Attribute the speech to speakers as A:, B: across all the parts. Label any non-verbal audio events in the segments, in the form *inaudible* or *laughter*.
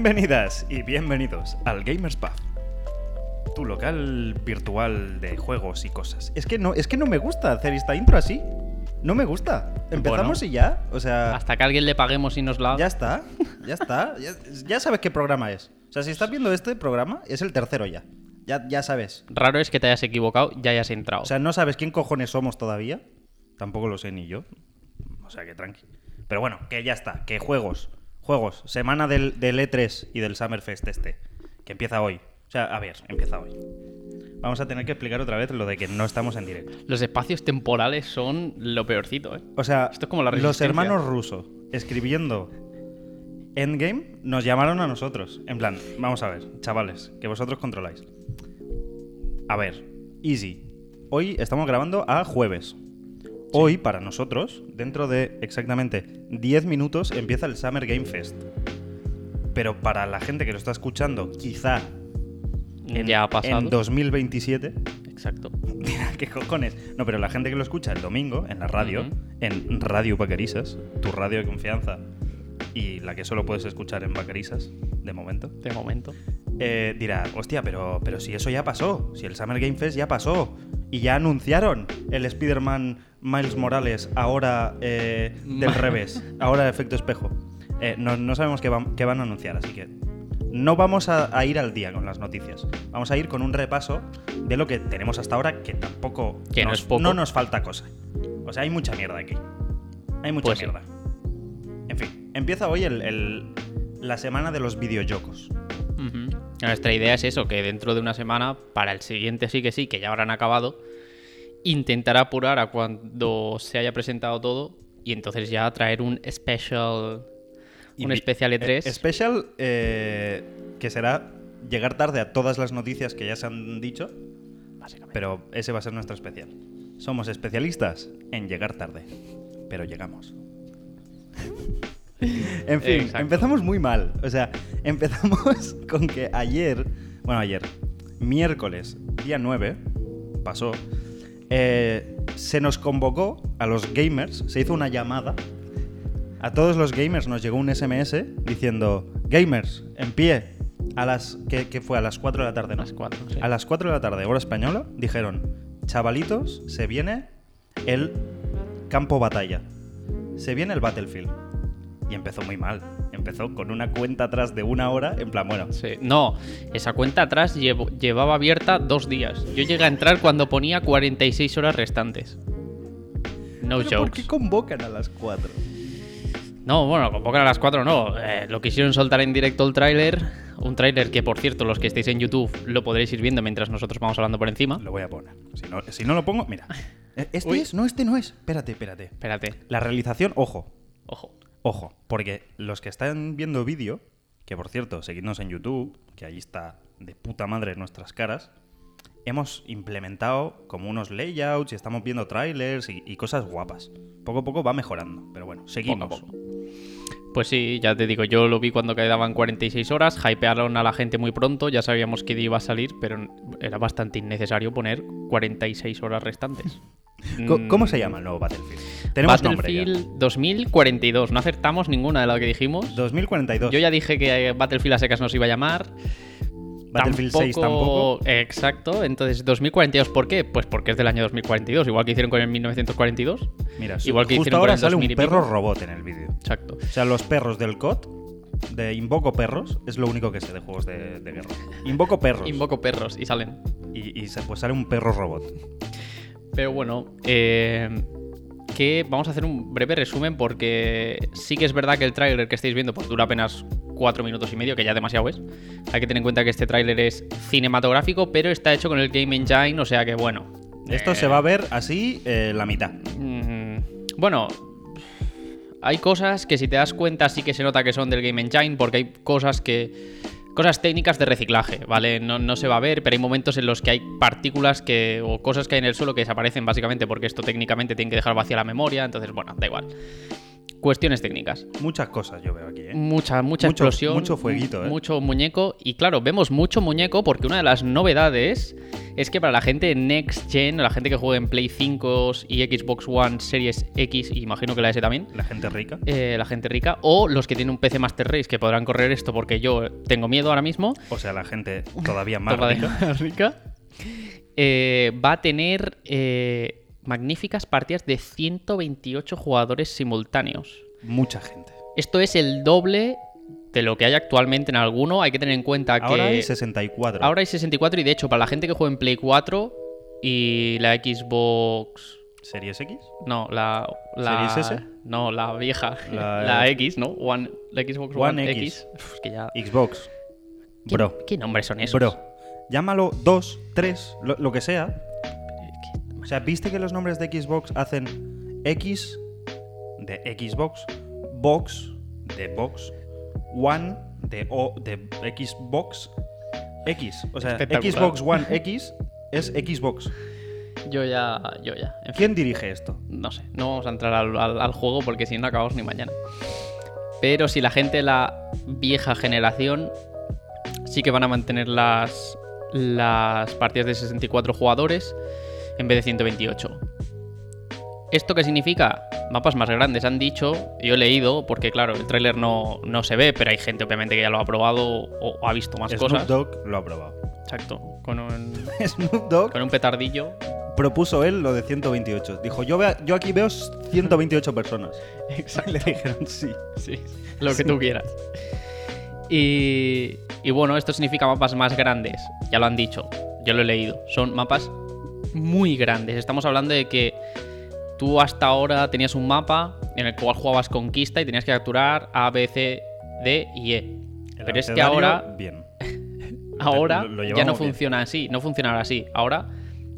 A: Bienvenidas y bienvenidos al Gamers Pub. Tu local virtual de juegos y cosas. Es que no, es que no me gusta hacer esta intro así. No me gusta. Empezamos y ya. O sea,
B: Hasta que alguien le paguemos y nos la.
A: ya está. Ya está. Ah, Ya, ya sabes qué programa es. O sea, si estás viendo este programa, es el tercero ya. Ya, ya sabes.
B: Raro es que te hayas equivocado y hayas entrado.
A: O sea, no sabes quién cojones somos todavía. Tampoco lo sé ni yo. O sea, que tranqui. Pero bueno, que ya está. Que juegos. Juegos. Semana del, del E3 y del Summerfest este. Que empieza hoy. O sea, a ver, empieza hoy. Vamos a tener que explicar otra vez lo de que no estamos en directo.
B: Los espacios temporales son lo peorcito, ¿eh?
A: O sea,
B: Esto es como la
A: los
B: resistencia.
A: hermanos rusos escribiendo Endgame nos llamaron a nosotros. En plan, vamos a ver, chavales, que vosotros controláis. A ver, easy. Hoy estamos grabando a jueves. Hoy, para nosotros, dentro de exactamente 10 minutos, empieza el Summer Game Fest. Pero para la gente que lo está escuchando, quizá en,
B: ya ha pasado.
A: en 2027,
B: Exacto.
A: Mira, *laughs* ¿Qué cojones? No, pero la gente que lo escucha el domingo en la radio,
B: Ujú.
A: en Radio Vaquerisas, tu radio de confianza y la que solo puedes escuchar en Vaquerisas, de momento,
B: De momento.
A: eh, dirá, hostia, pero, pero si eso ya pasó, si el Summer Game Fest ya pasó y ya anunciaron el Spider-Man Miles Morales ahora eh, del
B: *laughs* Ma-
A: revés, ahora efecto espejo. Eh, no, no sabemos qué, van- qué van a anunciar, así que no vamos a, a ir al día con las noticias. Vamos a ir con un repaso de lo que tenemos hasta ahora, que tampoco
B: Que no
A: nos,
B: es poco.
A: no nos falta cosa. O sea, hay mucha mierda aquí. Hay mucha
B: Pues sí.
A: mierda. En fin, empieza hoy el- el- la semana de los videojuegos.
B: Ujú. Nuestra idea es eso, que dentro de una semana, para el siguiente sí que sí, que ya habrán acabado, intentar apurar a cuando se haya presentado todo y entonces ya traer un special. Un
A: Invi-
B: especial E E3.
A: Eh, Special eh, que será llegar tarde a todas las noticias que ya se han dicho, pero ese va a ser nuestro especial. Somos especialistas en llegar tarde, pero
B: *laughs*
A: llegamos. en fin,
B: Exacto.
A: empezamos muy mal. O sea, *laughs* empezamos con que ayer, bueno, ayer, miércoles, día 9, pasó, eh, se nos convocó a los gamers, se hizo una llamada a todos los gamers nos llegó un SMS diciendo, gamers, en pie, a las, que, que fue a las 4 de la tarde, ¿no?
B: Las cuatro, sí.
A: A las 4 de la tarde, hora española, dijeron, chavalitos, se viene el campo batalla, se viene el Battlefield. Y empezó muy mal, empezó con una cuenta atrás de una hora, en plan, bueno,
B: Sí. No, esa cuenta atrás llevo- llevaba abierta dos días. Yo llegué a entrar cuando ponía 46 horas restantes. No
A: ¿pero ¿por
B: jokes.
A: qué convocan a las 4?
B: No, bueno, convocan a las 4 no. Eh, lo quisieron soltar en directo el tráiler. Un tráiler que, por cierto, los que estéis en YouTube lo podréis ir viendo mientras nosotros vamos hablando por encima.
A: Lo voy a poner. Si no, si no lo pongo,
B: *laughs*
A: mira. Eh, Este
B: Uy.
A: es, no, este no es. Espérate, espérate.
B: Espérate,
A: La realización, ojo,
B: ojo.
A: Ojo, porque los que están viendo vídeo, que por cierto, seguidnos en YouTube, que ahí está de puta madre nuestras caras, hemos implementado como unos layouts y estamos viendo trailers y, y cosas guapas. Poco a poco va mejorando, pero bueno, seguimos.
B: poco. Pues sí, ya te digo, yo lo vi cuando quedaban 46 horas, hypearon a la gente muy pronto, ya sabíamos que iba a salir, pero era bastante innecesario poner 46 horas restantes.
A: Co- ¿Cómo se llama el nuevo Battlefield? Tenemos nombre ya.
B: Mm. Battlefield 2042. No acertamos ninguna de lo que dijimos.
A: 2042.
B: Yo ya dije que eh, Battlefield a secas nos iba a llamar.
A: Battlefield 6 tampoco.
B: Exacto. Entonces, 2042, ¿por qué? Pues porque es del año 2042, igual que hicieron con el 1942.
A: Mira,
B: igual que
A: justo
B: hicieron
A: ahora
B: con el
A: sale
B: 2000
A: un
B: y pico.
A: perro robot en el vídeo.
B: Exacto.
A: O sea, los perros del COD, de Invoco Perros, es lo único que sé de juegos de, de guerra. Invoco Perros.
B: Invoco perros y salen.
A: y y se- pues sale un perro robot.
B: Pero bueno, eh, que vamos a hacer un breve resumen porque sí que es verdad que el tráiler que estáis viendo pues dura apenas 4 minutos y medio, que ya demasiado es. Hay que tener en cuenta que este tráiler es cinematográfico, pero está hecho con el Game Engine, o sea que bueno.
A: Esto se va a ver así eh, la mitad.
B: Mm, bueno, hay cosas que si te das cuenta sí que se nota que son del Game Engine porque hay cosas que... Cosas técnicas de reciclaje, ¿vale? No, no se va a ver, pero hay momentos en los que hay partículas que o cosas que hay en el suelo que desaparecen básicamente porque esto técnicamente tienen que dejar vacía la memoria, entonces bueno, da igual. Cuestiones técnicas.
A: Muchas cosas yo veo aquí, ¿eh?
B: Mucha,
A: Mucho-
B: mucha explosión.
A: mucho fueguito, ¿eh?
B: Mucho muñeco. Y claro, vemos mucho muñeco porque una de las novedades es que para la gente Next Gen, la gente que juega en Play 5 y Xbox One Series X, y imagino que la S también,
A: La gente rica.
B: eh, la gente rica, o los que tienen un PC Master Race que podrán correr esto porque yo tengo miedo ahora mismo,
A: O sea, la gente todavía más
B: Topa de
A: rica.
B: *laughs* más rica, eh, va a tener eh, magníficas partidas de 128 jugadores simultáneos.
A: Mucha gente.
B: Esto es el doble de lo que hay actualmente en alguno. Hay que tener en cuenta que
A: Ahora hay 64.
B: ahora hay 64 y de hecho para la gente que juega en Play 4 y la Xbox...
A: ¿Series X?
B: No, la... la
A: ¿Series S?
B: No, la vieja.
A: La-
B: *laughs* La, X, ¿no? One, la Xbox One,
A: One X.
B: X. Uf, es que ya...
A: Xbox.
B: ¿Qué,
A: Bro.
B: ¿Qué nombres son esos?
A: Bro. Llámalo 2, 3, lo, lo que sea. O sea, ¿viste que los nombres de Xbox hacen X de Xbox, Box de Box, One de O de Xbox, X? O sea,
B: Espectacular.
A: Xbox One X es Xbox.
B: Yo ya... Yo ya. En fin,
A: ¿Quién dirige esto?
B: no sé. No vamos a entrar al, al- al juego porque si no, no acabamos ni mañana. Pero si la gente de la vieja generación sí que van a mantener las, las partidas de 64 jugadores en vez de 128. ¿Esto qué significa? Mapas más grandes, han dicho, yo he leído, porque claro, el tráiler no, no se ve, pero hay gente obviamente que ya lo ha probado o, o ha visto más
A: Snoop
B: cosas.
A: Dogg lo ha probado. *laughs*
B: Exacto, con un,
A: Snoop Dogg
B: con un petardillo.
A: propuso él lo de 128. Dijo, yo, vea- yo aquí veo 128 personas.
B: *laughs* Exacto.
A: Y *laughs* le dijeron sí.
B: Sí, lo que tú quieras. Y, y bueno, esto significa mapas más grandes, ya lo han dicho, yo lo he leído. Son mapas muy grandes. Estamos hablando de que tú hasta ahora tenías un mapa en el cual jugabas conquista y tenías que capturar A, B, C, D y E.
A: El
B: Pero es que
A: abecedario,
B: ahora, *laughs*
A: Bien.
B: ahora
A: lo- lo
B: ya no
A: llevamos bien.
B: funciona así, no funcionará así. Ahora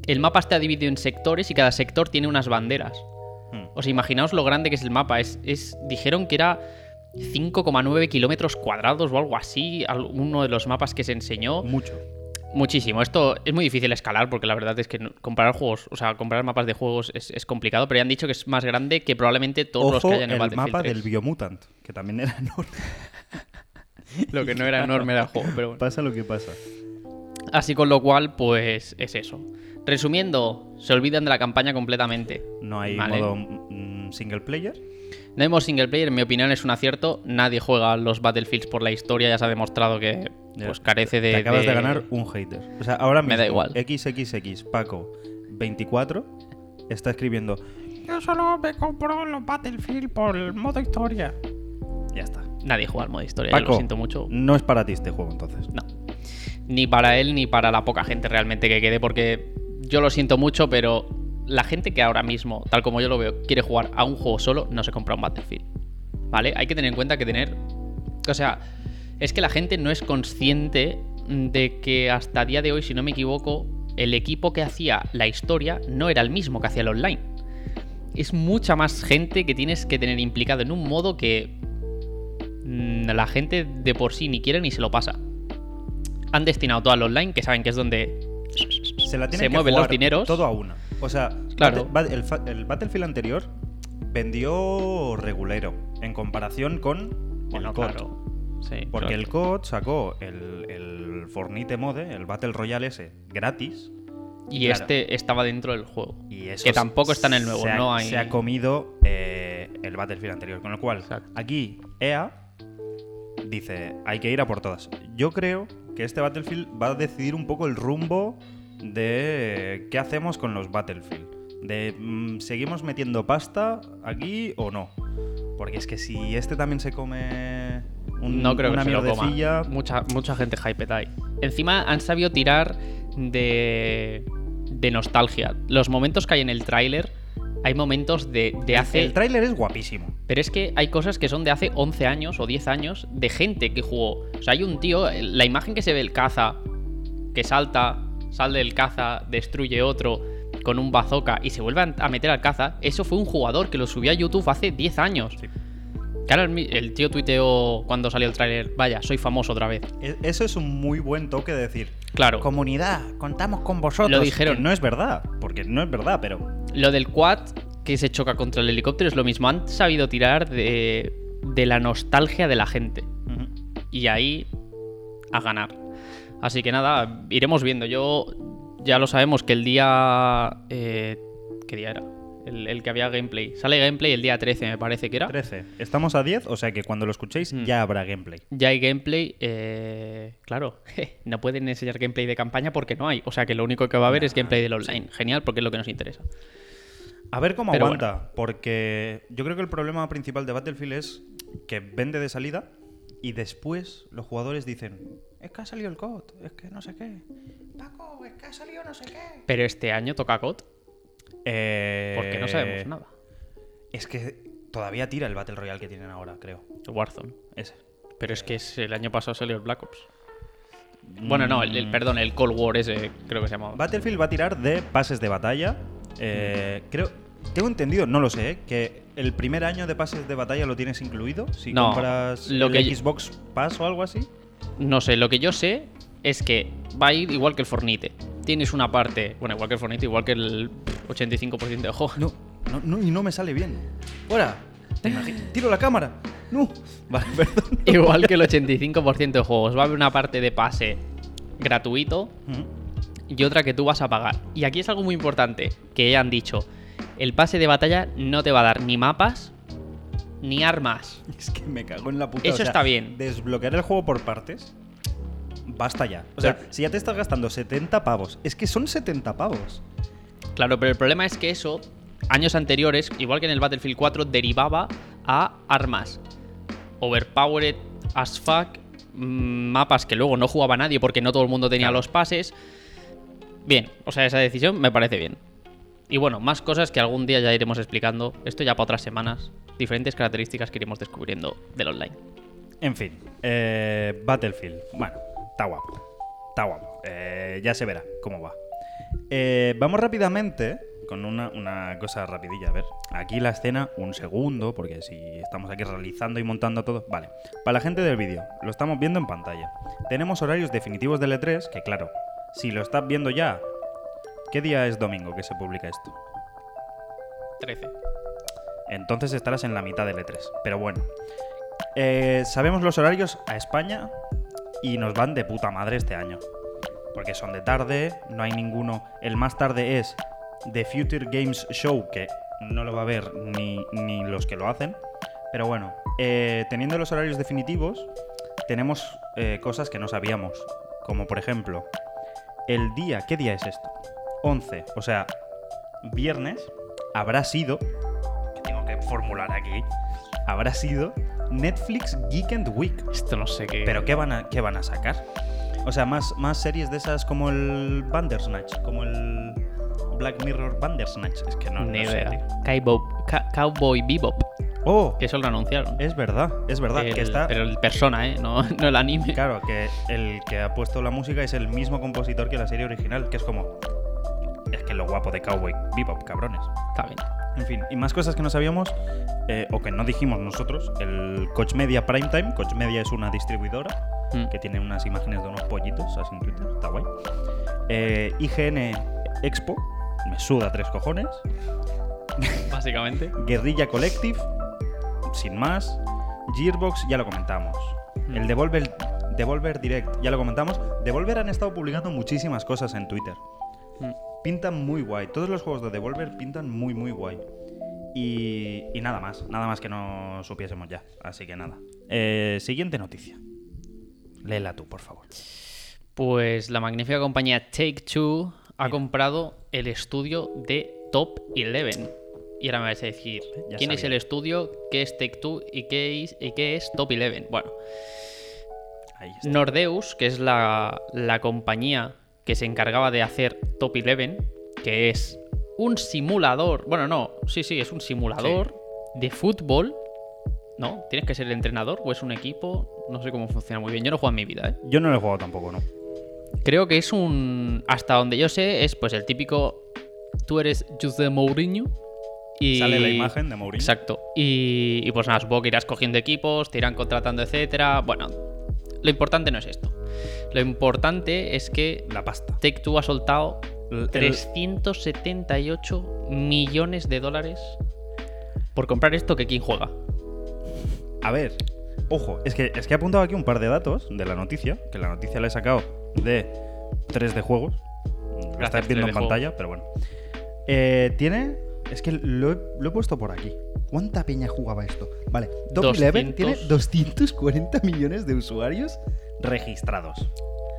B: el mapa está dividido en sectores y cada sector tiene unas banderas.
A: Hmm.
B: O sea, imaginaos lo grande que es el mapa. Es, es- dijeron que era 5,9 kilómetros cuadrados o algo así, al- uno de los mapas que se enseñó.
A: Mucho.
B: Muchísimo. Esto es muy difícil escalar porque la verdad es que no- comparar juegos, o sea, comparar mapas de juegos es, es complicado, pero ya han dicho que es más grande que probablemente todos los
A: Ojo,
B: que haya en el,
A: el
B: Battlefield
A: mapa
B: 3.
A: del Biomutant, que también era *laughs* enorme.
B: *laughs* Lo que no era enorme era el juego, pero bueno.
A: Pasa lo que pasa.
B: Así con lo cual, pues es eso. Resumiendo, se olvidan de la campaña completamente.
A: No hay
B: Vale.
A: modo mm, single player.
B: No hay modo single player, en mi opinión es un acierto. Nadie juega los Battlefields por la historia, ya se ha demostrado que pues,
A: Ya,
B: carece de.
A: Te acabas de... ganar un hater. O sea, ahora mismo,
B: Me da igual.
A: XXX Paco24 está escribiendo.
C: Yo solo me compro los Battlefield por el modo historia.
A: Ya está.
B: Nadie juega al modo historia, yo
A: Paco,
B: lo siento mucho.
A: no es para ti este juego entonces.
B: No. Ni para él ni para la poca gente realmente que quede, porque yo lo siento mucho, pero la gente que ahora mismo, tal como yo lo veo, quiere jugar a un juego solo, no se compra un Battlefield. ¿Vale? Hay que tener en cuenta que tener. O sea, es que la gente no es consciente de que hasta día de hoy, si no me equivoco, el equipo que hacía la historia no era el mismo que hacía el online. Es mucha más gente que tienes que tener implicado en un modo que mm, la gente de por sí ni quiere ni se lo pasa han destinado todo al online, que saben que es donde.
A: se la tienen que
B: Se mueven los
A: jugar
B: dineros.
A: todo a una. O sea,
B: Claro.
A: Bate- Bat- el, fa- el Battlefield anterior vendió regulero en comparación con
B: Bueno,
A: el COD.
B: claro. Sí,
A: Porque
B: claro.
A: el COD sacó el, el Fornite Mode, el Battle Royale ese, gratis.
B: Y
A: claro.
B: este estaba dentro del juego.
A: Y eso
B: que tampoco está en el nuevo,
A: se ha,
B: no hay.
A: Se ha comido eh, el Battlefield anterior. Con lo cual,
B: Exacto.
A: aquí EA dice, hay que ir a por todas. Yo creo que este Battlefield va a decidir un poco el rumbo de eh, qué hacemos con los Battlefield. De mm, seguimos metiendo pasta aquí o no. Porque es que si este también se come un-
B: no creo
A: una
B: que se lo coma.
A: mierdecilla,
B: Mucha, mucha gente hyped ahí. Encima han sabido tirar de, de nostalgia. Los momentos que hay en el tráiler, hay momentos de, de hace.
A: El tráiler es guapísimo.
B: Pero es que hay cosas que son de hace 11 años o 10 años de gente que jugó. O sea, hay un tío, la imagen que se ve el caza, que salta, sale el caza, destruye otro con un bazooka y se vuelve a a meter al caza, eso fue un jugador que lo subió a YouTube hace 10 años.
A: Sí.
B: Claro, el, mi- el tío tuiteó cuando salió el tráiler, vaya, soy famoso otra vez.
A: E- Eso es un muy buen toque de decir.
B: Claro,
C: Comunidad, contamos con vosotros.
B: Lo dijeron.
A: Que no es verdad, porque no es verdad, pero
B: lo del quad, que se choca contra el helicóptero es lo mismo. Han sabido tirar de, de la nostalgia de la gente.
A: Ujú.
B: Y ahí a ganar. Así que nada, iremos viendo. Yo ya lo sabemos que el día... eh, ¿Qué día era? El, el que había gameplay. Sale gameplay el día 13, me parece que era.
A: 13. Estamos a 10, o sea que cuando lo escuchéis
B: Mm.
A: ya habrá gameplay.
B: Ya hay gameplay, eh, claro, *laughs* no pueden enseñar gameplay de campaña porque no hay. O sea que lo único que va a haber es gameplay del online. Genial, porque es lo que nos interesa.
A: A ver cómo
B: Pero
A: aguanta, porque yo creo que el problema principal de Battlefield es que vende de salida y después los jugadores dicen, es que ha salido el COD, es que no sé qué. Paco, es que ha salido no sé qué.
B: Pero este año toca COD
A: Eh,
B: porque no sabemos nada.
A: Es que todavía tira el Battle Royale que tienen ahora, creo.
B: Warzone.
A: Ese.
B: Pero es que es- el año pasado salió el Black Ops. Bueno, no, el, el- perdón, el Cold War ese creo que se llamaba.
A: Battlefield va a tirar de pases de batalla. Eh, creo, tengo entendido, no lo sé, eh, que el primer año de pases de batalla lo tienes incluido. Si
B: No,
A: compras
B: lo
A: el
B: que yo-
A: Xbox Pass o algo así.
B: No sé, lo que yo sé es que va a ir igual que el Fornite. Tienes una parte, bueno, igual que el Fornite, igual que el 85% de juego.
A: No, no, no, y no me sale bien. ¡Fuera! Te *laughs* imagi- Tiro la cámara. No. Vale, *laughs* perdón.
B: *laughs* Igual que el 85% de juegos. Va a haber una parte de pase gratuito y otra que tú vas a pagar. Y aquí es algo muy importante que han dicho. El pase de batalla no te va a dar ni mapas ni armas.
A: Es que me cago en la puta.
B: Eso está bien.
A: Desbloquear el juego por partes. Basta ya. O sea,
B: Pero-
A: si ya te estás gastando 70 pavos. Es que son 70 pavos.
B: Claro, pero el problema es que eso, años anteriores, igual que en el Battlefield 4, derivaba a armas. Overpowered as fuck, mm, mapas que luego no jugaba nadie porque no todo el mundo tenía los pases. Bien, o sea, esa decisión me parece bien. Y bueno, más cosas que algún día ya iremos explicando, esto ya para otras semanas, diferentes características que iremos descubriendo del online.
A: En fin, eh, Battlefield. Bueno, está guapo. Está guapo. Eh, ya se verá cómo va. Eh, vamos rápidamente con una, una cosa rapidilla. A ver, aquí la escena, un segundo, porque si estamos aquí realizando y montando todo. Vale, para la gente del vídeo, lo estamos viendo en pantalla. Tenemos horarios definitivos del E3, que claro, si lo estás viendo ya, ¿qué día es domingo que se publica esto?
B: 13.
A: Entonces estarás en la mitad del E3. Pero bueno. Eh, sabemos los horarios a España y nos van de puta madre este año. Porque son de tarde, no hay ninguno. El más tarde es The Future Games Show, que no lo va a ver ni, ni los que lo hacen. Pero bueno, eh, teniendo los horarios definitivos, tenemos eh, cosas que no sabíamos. Como por ejemplo, el día, ¿qué día es esto? 11, o sea, viernes, habrá sido que tengo que formular aquí, habrá sido Netflix Geekend Week.
B: Esto no sé qué.
A: ¿Pero qué van a, qué van a sacar? O sea, más, más series de esas como el Bandersnatch, como el Black Mirror Bandersnatch. Es que no,
B: Ni
A: no sé,
B: idea.
A: tío.
B: Cowboy, Ca- Cowboy Bebop,
A: ¡Oh!
B: que eso lo anunciaron.
A: Es verdad, es verdad.
B: El-
A: que está,
B: Pero el persona, ¿eh? No, *laughs* no el anime.
A: Claro, que el que ha puesto la música es el mismo compositor que la serie original, que es como... Es que lo guapo de Cowboy Bebop, cabrones.
B: Está bien.
A: En fin, y más cosas que no sabíamos eh, o que no dijimos nosotros. El Coach Media Primetime. Coach Media es una distribuidora
B: Mm.
A: que tiene unas imágenes de unos pollitos así en Twitter. Está guay. Eh, IGN Expo. Me suda tres cojones.
B: Básicamente.
A: Guerrilla Collective. Sin más. Gearbox, ya lo comentamos.
B: Mm.
A: El Devolver, Devolver Direct, ya lo comentamos. Devolver han estado publicando muchísimas cosas en Twitter.
B: Mm.
A: pintan muy guay. Todos los juegos de Devolver pintan muy, muy guay. Y, y nada más, nada más que no supiésemos ya. Así que nada. Eh, siguiente noticia. Léela tú, por favor.
B: Pues la magnífica compañía Take Two ha comprado el estudio de Top 11. Y ahora me vais a decir,
A: Ya
B: ¿quién es
A: sabía.
B: el estudio? ¿Qué es Take Two? ¿Y qué es, y qué es Top 11? Bueno,
A: Ahí está.
B: Nordeus, que es la, la compañía que se encargaba de hacer Top 11, que es un simulador, bueno, no, sí, sí, es un simulador de fútbol, ¿no? Tienes que ser el entrenador o es un equipo, no sé cómo funciona muy bien, yo no juego en mi vida, ¿eh?
A: Yo no lo he jugado tampoco, ¿no?
B: Creo que es un, hasta donde yo sé, es pues el típico, tú eres José Mourinho y...
A: Sale la imagen de Mourinho.
B: Exacto. Y, y pues nada, supongo que irás cogiendo equipos, te irán contratando, etcétera. Bueno, lo importante no es esto. Lo importante es que
A: La pasta.
B: Take Two ha soltado
A: El- el-
B: 378 millones de dólares por comprar esto que quién juega.
A: A ver, ojo, es que, es que he apuntado aquí un par de datos de la noticia, que la noticia la he sacado de 3D Juegos. Lo
B: Gracias,
A: estáis viendo en
B: 3D Juegos.
A: pantalla, pero bueno. Eh, tiene. Es que lo he, lo he puesto por aquí.
D: ¿Cuánta peña jugaba esto? Vale, Top Eleven tiene 240 millones de usuarios.
A: Registrados.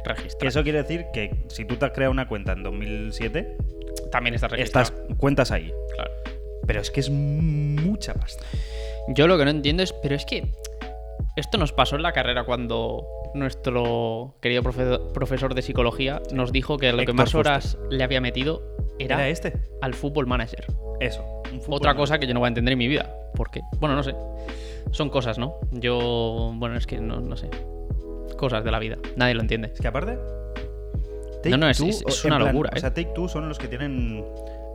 A: Que
B: Registrado.
A: eso quiere decir que si tú te has creado una cuenta en 2007,
B: También está registrado.
A: estas cuentas ahí.
B: Claro.
A: Pero es que es mucha pasta.
B: Yo lo que no entiendo es, pero es que esto nos pasó en la carrera cuando nuestro querido profe- profesor de psicología nos dijo que lo que
A: Héctor
B: más
A: Fuster.
B: horas le había metido era,
A: Era este.
B: al fútbol manager.
A: Eso. un fútbol
B: Otra
A: manager.
B: cosa que yo no voy a entender en mi vida. ¿Por qué? Bueno, no sé. Son cosas, ¿no? Yo, bueno, es que no, no sé. Cosas de la vida. Nadie lo entiende.
A: Es que aparte.
B: No, no, es-
A: Take-Two,
B: es- es
A: en
B: una locura,
A: O sea,
B: ¿eh?
A: Take Two son los que tienen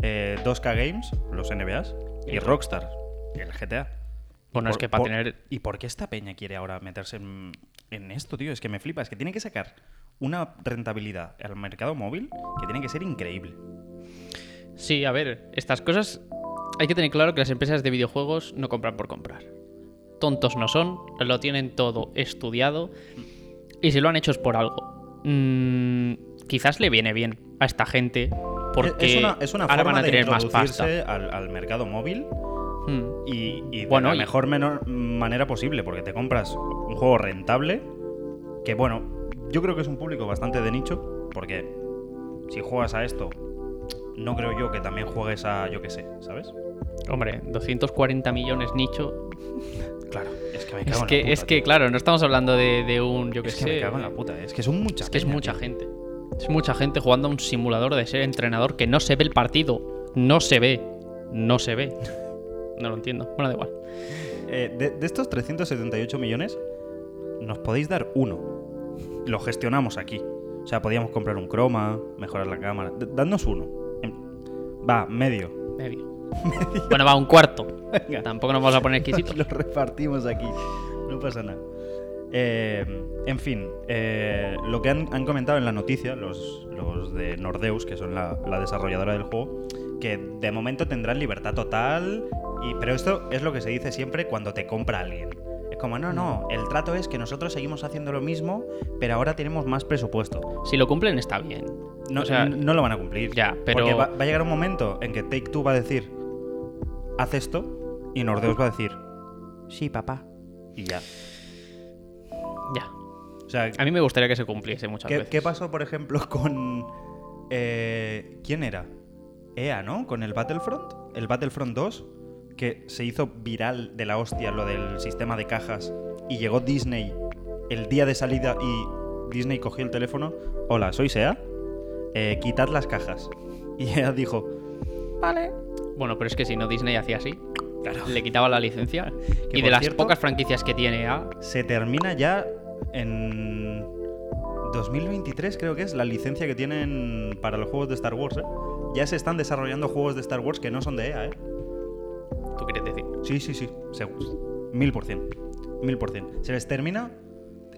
A: eh, 2K Games, los NBAs, y
B: El-
A: Rockstar, el GTA. Y
B: Bueno, es
A: por-
B: que para
A: por-
B: tener...
A: ¿Y por qué esta peña quiere ahora meterse en, en esto, tío? Es que me flipa. Es que tiene que sacar una rentabilidad al mercado móvil que tiene que ser increíble.
B: Sí, a ver, estas cosas... Hay que tener claro que las empresas de videojuegos no compran por comprar. Tontos no son, lo tienen todo estudiado y si lo han hecho es por algo. Mm, quizás le viene bien a esta gente porque
A: es una, es una
B: ahora
A: forma
B: van a
A: de
B: tener más pasta.
A: introducirse al, al mercado móvil
B: Mm.
A: y, y
B: Bueno,
A: de
B: y-
A: la mejor menor manera posible, porque te compras un juego rentable que, bueno, yo creo que es un público bastante de nicho, porque si juegas a esto, no creo yo que también juegues a, yo qué sé, ¿sabes?
B: Hombre, 240 millones nicho.
A: Claro, es que me cago
B: Es
A: en
B: que,
A: la puta.
B: es que,
A: tío.
B: claro, no estamos hablando de, de un, yo que
A: es que
B: sé.
A: me cago en la puta, es que son muchas.
B: es que es mucha gente. Es mucha gente jugando a un simulador de ser entrenador que no se ve el partido. No se ve. No se ve. *laughs* No lo entiendo. Bueno, da igual.
A: Eh, de, de estos 378 millones, nos podéis dar uno. Lo gestionamos aquí. O sea, podíamos comprar un croma, mejorar la cámara. D- dadnos uno. En- Va, medio. *laughs*
B: Medio. Bueno, va, un cuarto.
A: Venga.
B: Tampoco nos vamos a poner
A: *laughs*
B: exquisitos.
D: Los repartimos aquí.
A: No pasa nada. Eh, en fin, eh, lo que han, han comentado en la noticia, los, los de Nordeus, que son la, la desarrolladora del juego, que de momento tendrán libertad total, y, pero esto es lo que se dice siempre cuando te compra alguien. Es como, no, no, el trato es que nosotros seguimos haciendo lo mismo, pero ahora tenemos más presupuesto.
B: Si lo cumplen, está bien.
A: No,
B: O sea,
A: n- no lo van a cumplir.
B: ya, pero-
A: Porque va, va a llegar un momento en que Take Two va a decir, haz esto, y Nordeus va a decir, sí, papá. Y ya.
B: Ya.
A: O sea,
B: A mí me gustaría que se cumpliese muchas
A: ¿Qué,
B: veces.
A: qué pasó, por ejemplo, *laughs* con. eh, ¿Quién era? EA, ¿no? Con el Battlefront. El Battlefront 2, que se hizo viral de la hostia lo del sistema de cajas. Y llegó Disney el día de salida y Disney cogió el teléfono. Hola, sois EA. eh, quitad las cajas. *laughs* Y EA dijo.
C: Vale.
B: Bueno, pero es que si no, Disney hacía así. Le quitaba la licencia.
A: Que,
B: Y de
A: por
B: las
A: cierto-
B: pocas franquicias que tiene A,
A: Se termina ya en 2023, creo que es la licencia que tienen para los juegos de Star Wars. ¿eh? Ya se están desarrollando juegos de Star Wars que no son de EA. ¿eh?
B: ¿tú quieres decir?
A: Sí, sí, sí, seguro. Mil por cien. Mil por cien. Se les termina.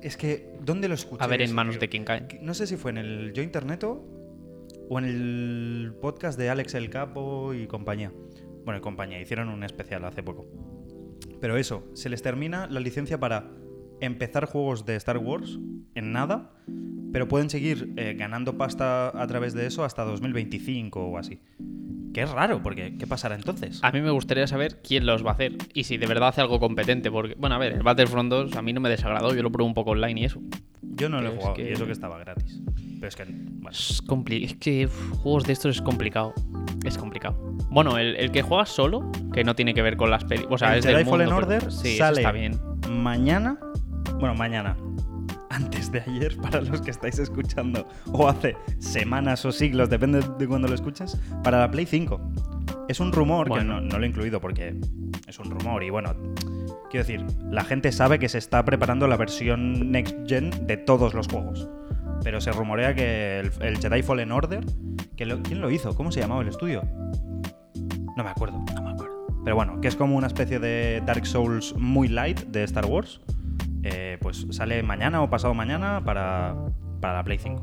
A: Es que, ¿dónde lo escuché?
B: A ver en
A: eso,
B: manos
A: tío?
B: de quién caen.
A: No sé si fue en el Yo Interneto o en el podcast de Alex el Capo y compañía. Bueno, y compañía, hicieron un especial hace poco. Pero eso, se les termina la licencia para empezar juegos de Star Wars en nada, pero pueden seguir eh, ganando pasta a través de eso hasta 2025 o así. Que es raro, porque ¿qué pasará entonces?
B: A mí me gustaría saber quién los va a hacer y si de verdad hace algo competente, porque, bueno, a ver, el Battlefront 2 a mí no me desagradó, yo lo probé un poco online y eso.
A: Yo no lo he
B: Pero es
A: jugado,
B: que-
A: y eso que estaba gratis. Pero es que, bueno,
B: Es, compli- es que uf, juegos de estos es complicado, es complicado. Bueno, el, el que juega solo, que no tiene que ver con las películas, o sea,
A: el
B: es
A: Jedi
B: del mundo,
A: Fallen
B: pero-
A: Order
B: sí, eso
A: sale
B: está bien.
A: mañana. Bueno, mañana. *laughs* Antes de ayer, *laughs* para los que estáis escuchando, o hace semanas o siglos, depende de cuando lo escuchas, para la Play 5. Es un rumor, que
B: Bueno.
A: no, no lo he incluido porque es un rumor, y bueno, quiero decir, la gente sabe que se está preparando la versión next gen de todos los juegos. Pero se rumorea que el, el Jedi Fallen Order. Que lo- ¿Quién lo hizo? ¿Cómo se llamaba el estudio? No me acuerdo, no me acuerdo. Pero bueno, que es como una especie de Dark Souls muy light de Star Wars. eh, pues sale mañana o pasado mañana para, para la Play 5.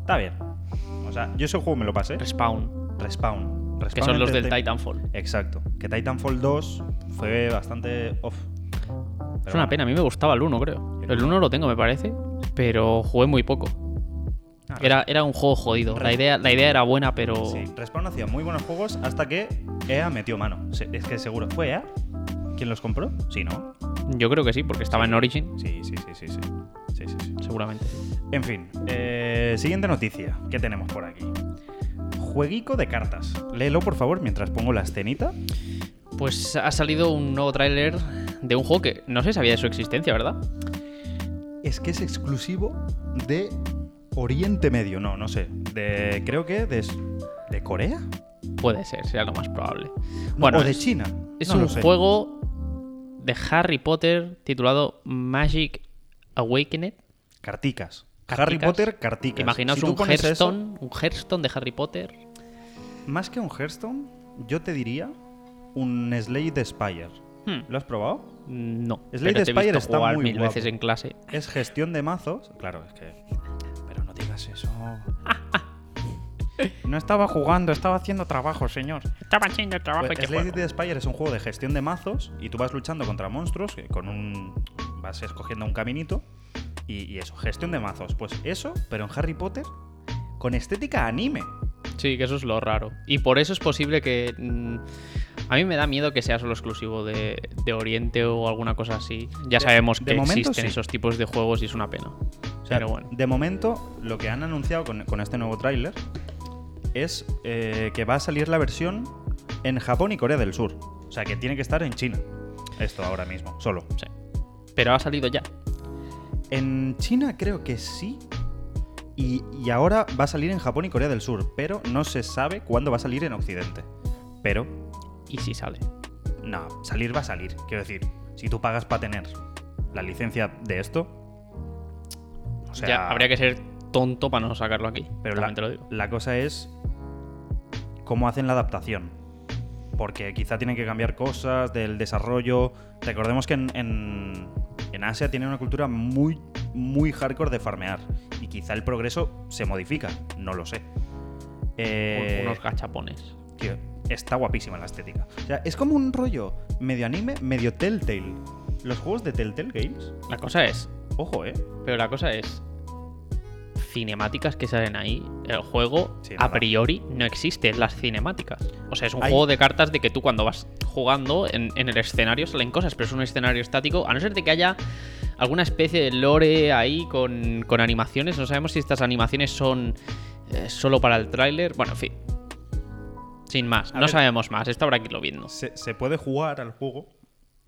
A: Está bien. O sea, yo ese juego me lo pasé.
B: Respawn,
A: Respawn.
B: que
A: Respawn
B: son los del
A: Entertainment.
B: Titanfall.
A: Exacto. Que Titanfall 2 fue bastante off. Pero
B: es una
A: bueno.
B: pena, a mí me gustaba el 1, creo. El 1 lo tengo, me parece, pero jugué muy poco.
A: Ah,
B: Era, era un juego jodido. La idea, la idea era buena, pero.
A: Sí, Respawn hacía muy buenos juegos hasta que EA metió mano. Se- Es que seguro. ¿Fue EA quien los compró? Sí, ¿no?
B: Yo creo que sí, porque estaba en Origin,
A: Sí, sí, sí, sí, sí. Sí, sí, sí.
B: seguramente.
A: En fin, eh, siguiente noticia que tenemos por aquí. Jueguico de cartas. Léelo, por favor, mientras pongo la escenita.
B: Pues ha salido un nuevo tráiler de un juego que no se sabía de su existencia, ¿verdad?
A: Es que es exclusivo de Oriente Medio, no, no sé. De, creo que de, de Corea.
B: Puede ser, será lo más probable.
A: No,
B: Bueno,
A: o de
B: es-
A: China.
B: Es
A: No lo
B: un
A: sé.
B: juego de Harry Potter titulado Magic Awakened.
A: Carticas. Harry
B: Carticas.
A: Potter, carticas.
B: Imaginaos
A: Si tú
B: un
A: pones eso-
B: Hearthstone, un Hearthstone de Harry Potter.
A: Más que un Hearthstone, yo te diría un Slay the Spire.
B: Hmm.
A: ¿Lo has probado?
B: No,
A: Slay
B: pero
A: the
B: te he
A: Spire
B: visto
A: está
B: jugar
A: muy
B: mil
A: guapo.
B: veces en clase.
A: Es gestión de mazos. Claro, es que. Pero no digas eso.
C: *laughs* No estaba jugando, estaba haciendo trabajo, señor.
E: Estaba haciendo trabajo
A: Pues
E: y que
A: Slay
E: juego.
A: the Spire es un juego de gestión de mazos y tú vas luchando contra monstruos que con un. vas escogiendo un caminito. Y, y eso, gestión de mazos. Pues eso, pero en Harry Potter, con estética anime.
B: Sí, que eso es lo raro. Y por eso es posible que. mm, A mí me da miedo que sea solo exclusivo de, de Oriente o alguna cosa así. Ya
A: De-
B: sabemos
A: de
B: que
A: momento,
B: existen
A: sí.
B: esos tipos de juegos y es una pena.
A: O sea,
B: Pero bueno.
A: de momento, lo que han anunciado con, con este nuevo tráiler es eh, que va a salir la versión en Japón y Corea del Sur. O sea, que tiene que estar en China. Esto ahora mismo, solo.
B: sí. Pero ha salido ya.
A: En China creo que sí. Y, y ahora va a salir en Japón y Corea del Sur. Pero no se sabe cuándo va a salir en Occidente. Pero,
B: Y sí sale.
A: no, salir va a salir. Quiero decir, si tú pagas para tener la licencia de esto... O sea,
B: ya habría que ser tonto para no sacarlo aquí.
A: Pero
B: también
A: la,
B: te lo digo.
A: la cosa es cómo hacen la adaptación. Porque quizá tienen que cambiar cosas del desarrollo. Recordemos que en, en- en Asia tienen una cultura muy, muy hardcore de farmear. Y quizá el progreso se modifica. No lo sé. Eh,
B: Unos gachapones.
A: tío, está guapísima la estética. O sea, es como un rollo medio anime, medio Telltale. Los juegos de Telltale Games.
B: La cosa es.
A: Ojo, eh.
B: Pero la cosa es. Cinemáticas que salen ahí. El juego,
A: Sí,
B: a
A: nada.
B: priori, no existe las cinemáticas. O sea, es un
A: Hay-
B: juego de cartas de que tú cuando vas jugando en, en el escenario salen cosas, pero es un escenario estático. A no ser de que haya alguna especie de lore ahí con, con animaciones. No sabemos si estas animaciones son eh, solo para el tráiler. Bueno, en fin. Sin más. no
A: ver.
B: sabemos más. Esto habrá que irlo viendo.
A: Se, se puede jugar al juego.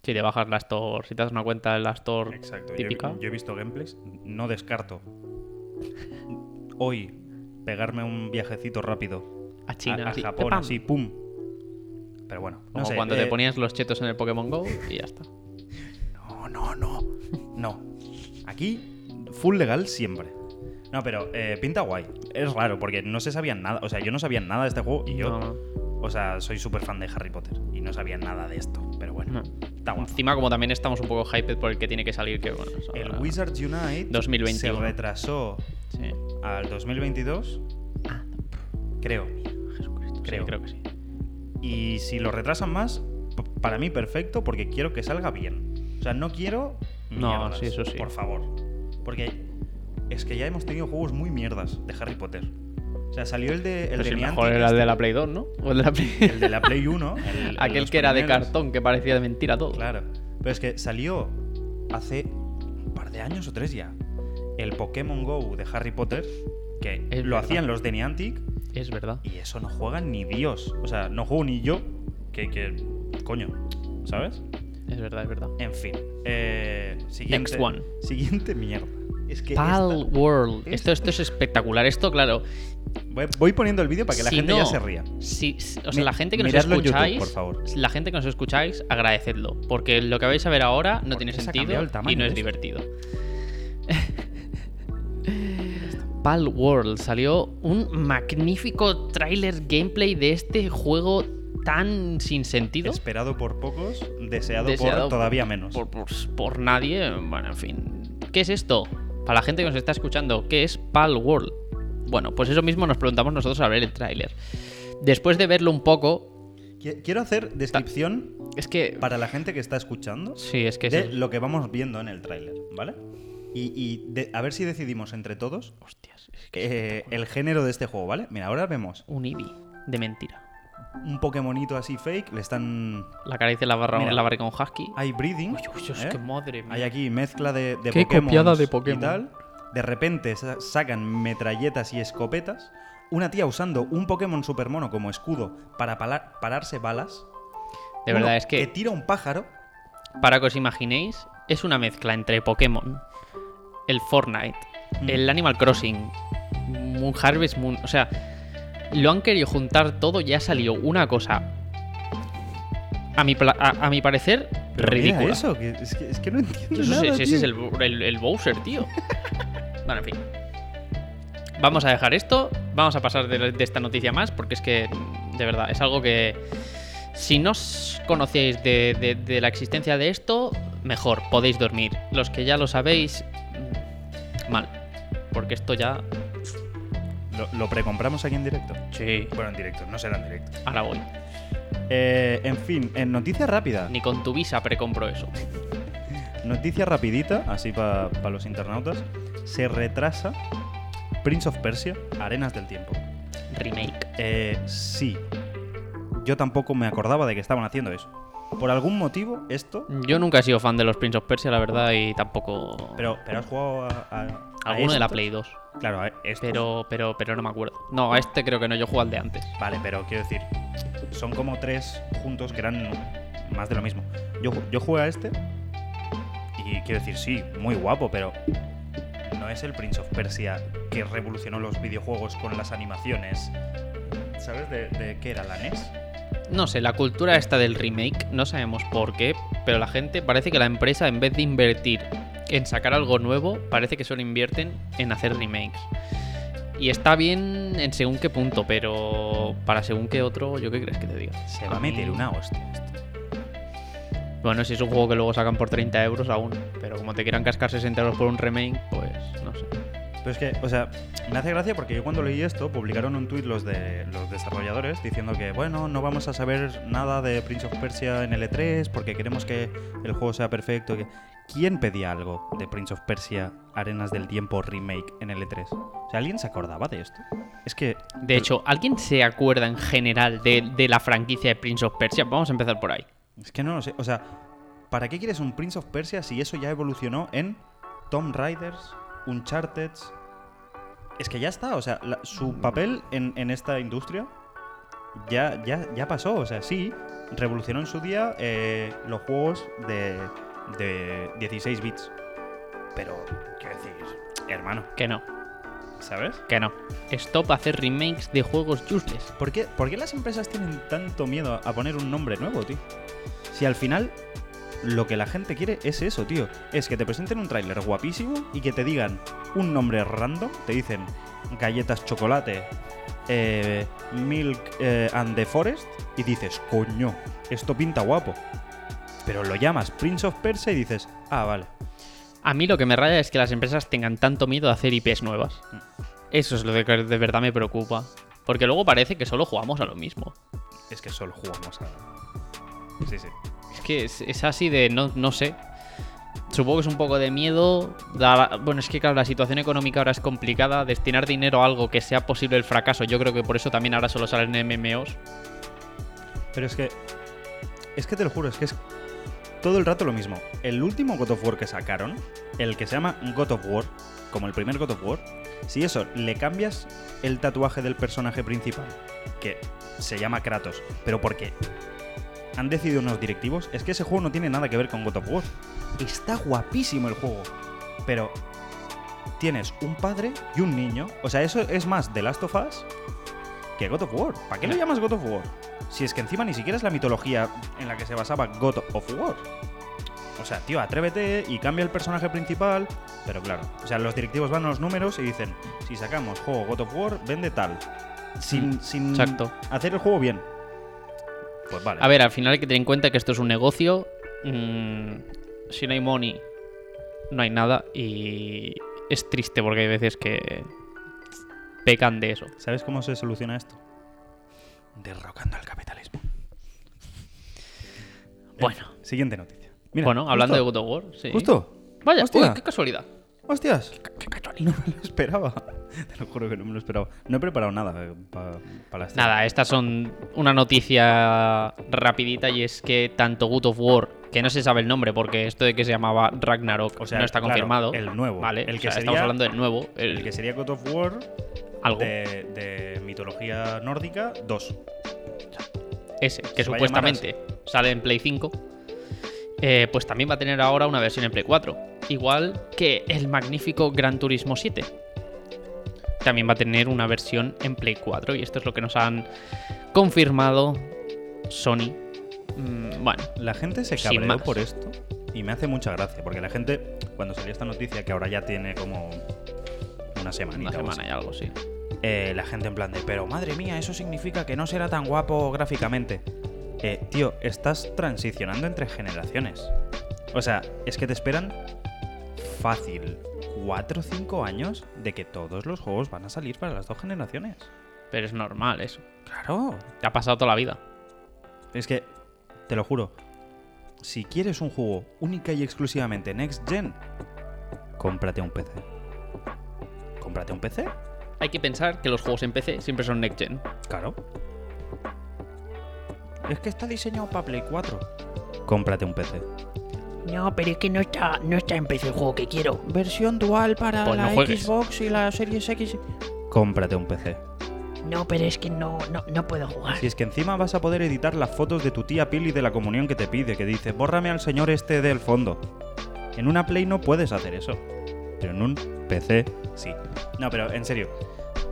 B: Si te bajas la Store, si te das una cuenta de la Store
A: Exacto. Yo,
B: típica.
A: he- yo he visto gameplays. No descarto hoy pegarme un viajecito rápido
B: A China,
A: a, a
B: así,
A: Japón,
B: ¡pam!
A: así, pum. Pero bueno, no
B: Como
A: sé,
B: cuando
A: eh,
B: te ponías los chetos en el Pokémon Go y ya está.
A: No, no, no. No. Aquí, full legal siempre. No, pero eh, pinta guay. Es raro porque no se sabían nada. O sea, yo no sabía nada de este juego y yo.
B: No.
A: O sea, soy súper fan de Harry Potter y no sabía nada de esto. Pero bueno,
B: No.
A: está guapo.
B: Encima, como también estamos un poco hyped por el que tiene que salir, que bueno. eso
A: El
B: ahora-
A: Wizards Unite
B: 2021.
A: se retrasó
B: Sí.
A: al 2022.
B: Ah.
A: Creo.
B: Sí,
A: Creo.
B: creo que sí.
A: Y si lo retrasan más, p- para mí perfecto, porque quiero que salga bien. O sea, no quiero.
B: No,
A: mierdas,
B: sí, eso sí.
A: Por favor. Porque es que ya hemos tenido juegos muy mierdas de Harry Potter. O sea, salió el de. El
B: Pero
A: de
B: si el
A: Niantic,
B: mejor era el
A: este,
B: de la Play 2, ¿no? O el de la Play.
A: el de la Play 1. el-
B: *laughs* Aquel
A: los
B: que era de
A: primeros.
B: cartón, que parecía de mentira todo.
A: Claro. Pero es que salió hace un par de años o tres ya. El Pokémon Go de Harry Potter, que
B: Es
A: lo
B: verdad.
A: hacían los de Niantic,
B: Es verdad.
A: y eso no juega ni Dios. O sea, no juego ni yo, que, que- coño, ¿sabes?
B: Es verdad, es verdad.
A: En fin. eh, siguiente,
B: Next one.
A: Siguiente mierda. Es que
B: Pal
A: esta-
B: World. Esto, esto es espectacular. Esto, claro.
A: voy, voy poniendo el vídeo para que la
B: si
A: gente
B: no-
A: ya se ría.
B: si- si- o
A: Mi-
B: sea, la gente que nos
A: miradlo en YouTube,
B: escucháis,
A: por favor.
B: la gente que nos escucháis, agradecedlo, porque lo que vais a ver ahora no
A: ¿Por
B: tiene
A: qué se ha
B: sentido
A: cambiado el tamaño
B: y no
A: de
B: es
A: esto? *laughs*
B: divertido. Pal World salió un magnífico tráiler gameplay de este juego tan sin sentido.
A: Esperado por pocos, deseado,
B: Deseado
A: por todavía menos.
B: Por, por- por nadie, bueno, en fin. ¿Qué es esto? Para la gente que nos está escuchando, ¿qué es Pal World? Bueno, pues eso mismo nos preguntamos nosotros al ver el tráiler. Después de verlo un poco,
A: Qui- Quiero hacer descripción
B: es que...
A: para la gente que está escuchando
B: Sí, es que...
A: de
B: sí.
A: lo que vamos viendo en el tráiler, ¿vale? Y, y de- a ver si decidimos entre todos
B: Hostias, es que... es
A: eh, el género de este juego, ¿vale? Mira, ahora vemos
B: Un Eevee de mentira.
A: un Pokémonito así fake, le están...
B: La cara dice la barra,
A: Mira.
B: la barriga un husky.
A: Hay breeding.
B: Uy, uy, uy, es
A: ¿eh?
B: que madre mía.
A: Hay aquí mezcla de, de
B: Qué
A: Pokémons
B: copiada de
A: y
B: Pokémon.
A: tal. De repente sa- sacan metralletas y escopetas. Una tía usando un Pokémon super mono como escudo para pala- pararse balas.
B: De
A: Uno
B: verdad, es que...
A: Que tira un pájaro.
B: Para que os imaginéis, es una mezcla entre Pokémon, el Fortnite,
A: Mm.
B: el Animal Crossing, un Harvest Moon. O sea, lo han querido juntar todo y ha salido una cosa. A mi, pla- a, a mi parecer,
A: Pero mira
B: ridícula.
A: eso, que es, que, es que no entiendo.
B: Eso sí,
A: nada,
B: ese,
A: tío.
B: es el, el- el Bowser, tío. bueno, en fin. Vamos a dejar esto. Vamos a pasar de, de esta noticia más, porque es que, de verdad, es algo que. Si no os conocéis de, de- de la existencia de esto, mejor, podéis dormir. Los que ya lo sabéis, mm, mal. Porque esto ya.
A: Lo, lo precompramos aquí en directo.
B: Sí.
A: Bueno, en directo, no será en directo.
B: Ahora voy.
A: Eh, en fin, en noticia rápida.
B: Ni con tu visa precompro eso.
A: Noticia rapidita, así para los internautas. Se retrasa Prince of Persia, Arenas del Tiempo.
B: Remake.
A: Eh, sí. Yo tampoco me acordaba de que estaban haciendo eso. Por algún motivo, esto.
B: Yo nunca he sido fan de los Prince of Persia, la verdad, y tampoco.
A: Pero, pero has jugado a. a- a
B: Alguno de la
A: estos.
B: Play 2.
A: Claro, a estos.
B: Pero, pero, pero no me acuerdo. No, a este creo que no, yo jugué al de antes.
A: Vale, pero quiero decir. Son como tres juntos que eran más de lo mismo. Yo, ju- yo jugué a este. Y quiero decir, sí, muy guapo, pero. No es el Prince of Persia que revolucionó los videojuegos con las animaciones. ¿Sabes de, de qué era la E NES?
B: No sé, la cultura esta del remake, no sabemos por qué, pero la gente parece que la empresa, en vez de invertir en sacar algo nuevo, parece que solo invierten en hacer remakes. Y está bien en según qué punto, pero para según qué otro, ¿yo qué crees que te diga?
A: Se va a meter una hostia. esto.
B: Bueno, si es un juego que luego sacan por 30 euros aún, pero como te quieran cascar 60 euros por un remake, pues no sé.
A: Pero es que, o sea, me hace gracia porque yo cuando leí esto publicaron un tuit los, de, los desarrolladores diciendo que, bueno, no vamos a saber nada de Prince of Persia en L3 porque queremos que el juego sea perfecto. que- ¿Quién pedía algo de Prince of Persia Arenas del Tiempo Remake en L3? O sea, ¿alguien se acordaba de esto? Es que...
B: De hecho, ¿alguien se acuerda en general de, de la franquicia de Prince of Persia? Vamos a empezar por ahí.
A: Es que no lo sé. O sea, ¿para qué quieres un Prince of Persia si eso ya evolucionó en Tomb Raiders, Uncharted? Es que ya está. O sea, la- su papel en, en esta industria ya, ya, ya pasó. O sea, sí, revolucionó en su día eh, los juegos de, de 16 bits. Pero, quiero decir, hermano,
B: Que no.
A: ¿sabes?
B: Que no. Stop hacer remakes de juegos useless.
A: ¿Por qué, por qué las empresas tienen tanto miedo a- a poner un nombre nuevo, tío? Si al final lo que la gente quiere es eso, tío. Es que te presenten un tráiler guapísimo y que te digan un nombre random, te dicen galletas chocolate, eh, milk eh, and the forest, y dices, coño, esto pinta guapo. Pero lo llamas Prince of Persia y dices, ah, vale.
B: A mí lo que me raya es que las empresas tengan tanto miedo de hacer IPs nuevas. Eso es lo de que de verdad me preocupa. Porque luego parece que solo jugamos a lo mismo.
A: Es que solo jugamos a... Sí, sí.
B: Es que es, es así de no, no sé. Supongo que es un poco de miedo. da la- bueno, es que claro, la situación económica ahora es complicada. Destinar dinero a algo que sea posible el fracaso. Yo creo que por eso también ahora solo salen MMOs.
A: Pero es que. Es que te lo juro, es que es todo el rato lo mismo. El último God of War que sacaron, el que se llama God of War, como el primer God of War, si eso le cambias el tatuaje del personaje principal, que se llama Kratos, pero porque han decidido unos directivos, es que ese juego no tiene nada que ver con God of War. Está guapísimo el juego, pero tienes un padre y un niño. O sea, eso es más The Last of Us que God of War. ¿Para qué lo llamas God of War? Si es que encima ni siquiera es la mitología en la que se basaba God of War. O sea, tío, atrévete y cambia el personaje principal. Pero claro, o sea, los directivos van a los números y dicen, si sacamos juego God of War, vende tal. Sin, sin
B: exacto.
A: hacer el juego bien. Pues vale.
B: A ver, al final hay que tener en cuenta que esto es un negocio. mm, si no hay money, no hay nada. Y es triste porque hay veces que pecan de eso.
A: ¿Sabes cómo se soluciona esto? Derrocando al capitalismo.
B: Bueno,
A: Eh, Siguiente noticia. Mira,
B: bueno, hablando
A: justo,
B: de God of War, sí.
A: Justo.
B: Vaya,
A: Hostia.
B: uy, qué casualidad.
A: Hostias. No me lo esperaba. *laughs* Te lo juro que no me lo esperaba. No he preparado nada eh, para la estrella.
B: Nada, estas son una noticia rapidita y es que tanto God of War, que no se sabe el nombre porque esto de que se llamaba Ragnarok
A: O sea,
B: no está
A: claro,
B: confirmado.
A: el nuevo,
B: Vale,
A: el
B: o
A: que
B: sea,
A: sería-
B: estamos hablando del nuevo. El,
A: El que sería God of War
B: algo.
A: de, de mitología nórdica 2.
B: ese, que
A: se va a llamar
B: supuestamente sale en Play 5, eh, pues también va a tener ahora una versión en Play 4. Igual que el magnífico Gran Turismo 7. También va a tener una versión en Play 4. Y esto es lo que nos han confirmado Sony. Mm, bueno,
A: La gente se
B: Sin
A: cabreó
B: más.
A: por esto y me hace mucha gracia, porque la gente, cuando salió esta noticia, que ahora ya tiene como una
B: una
A: semanita, o
B: semana y algo, sí.
A: así, eh, la gente en plan de, pero madre mía, eso significa que no será tan guapo gráficamente. Eh, tío, estás transicionando entre generaciones. O sea, es que te esperan fácil 4 o 5 años de que todos los juegos van a salir para las dos generaciones.
B: Pero es normal eso.
A: Claro,
B: Te ha pasado toda la vida.
A: Es que, te lo juro, si quieres un juego única y exclusivamente Next Gen, cómprate un PC. ¿Cómprate un PC?
B: Hay que pensar que los juegos en PC siempre son next gen.
A: Claro. Es que está diseñado para Play 4. Cómprate un PC.
E: No, pero es que no está, no está en precio el juego que quiero.
C: Versión dual para
B: Pues no
C: la
B: juegues.
C: Xbox y la Series X.
A: Cómprate un PC.
E: No, pero es que no, no, no puedo jugar.
A: Si es que encima vas a poder editar las fotos de tu tía Pili de la comunión que te pide, que dice, bórrame al señor este del fondo. En una Play no puedes hacer eso. Pero en un PC sí. No, pero en serio.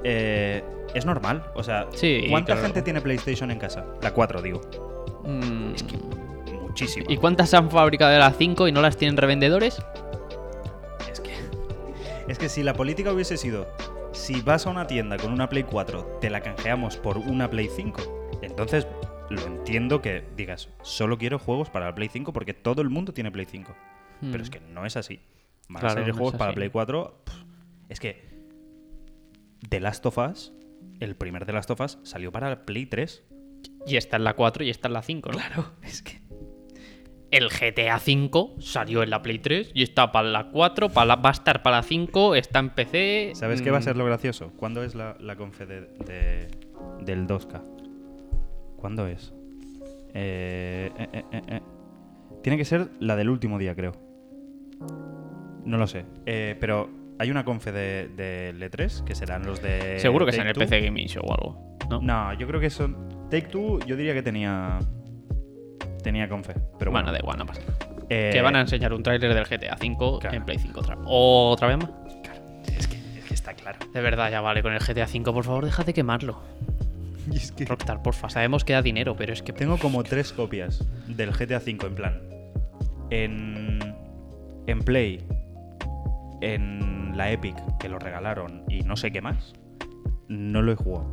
A: eh, es normal. O sea,
B: Sí,
A: ¿cuánta
B: claro.
A: gente tiene PlayStation en casa? La 4, digo.
B: Mm,
A: Muchísima.
B: ¿Y cuántas han fabricado de las 5 y no las tienen revendedores?
A: Es que, es que si la política hubiese sido, si vas a una tienda con una Play 4, te la canjeamos por una Play 5, entonces lo entiendo que digas, solo quiero juegos para la Play 5 porque todo el mundo tiene Play 5. Pero es que no es así. Van
B: Hmm. Claro,
A: a salir
B: no es
A: juegos para
B: así.
A: Play 4. pff, es que The Last of Us, el primer The Last of Us, salió para la Play 3.
B: Y está en la 4 y está en la 5, ¿no? Claro, es que. El GTA 5 salió en la Play 3 y está para la 4, para la- va a estar para la 5, está en PC.
A: ¿Sabes qué va a
B: mm,
A: ser lo gracioso? ¿Cuándo es la, la confe de, de- del 2K? ¿Cuándo es? Eh, eh, eh, eh, eh. Tiene que ser la del último día, creo. No lo sé. Eh, pero hay una confe de, de L3 que serán los de.
B: Seguro que es en el
A: Take-Two.
B: PC Gaming Show o algo. ¿no?
A: No, yo creo que son. Take Two, yo diría que tenía. Tenía confe. Pero
B: bueno,
A: bueno.
B: da igual, no pasa nada.
A: eh,
B: que van a enseñar un tráiler del GTA 5
A: claro.
B: en Play 5 otra, otra vez más.
A: es que- es que está claro.
B: De verdad, ya vale, con el GTA 5, por favor, deja
A: *laughs*
B: de quemarlo.
D: *laughs* Y es que
B: Rockstar, porfa, sabemos que da dinero, pero es que.
A: Tengo como tres copias del GTA V en plan. En. En Play. En la Epic, que lo regalaron y no sé qué más. No lo he jugado.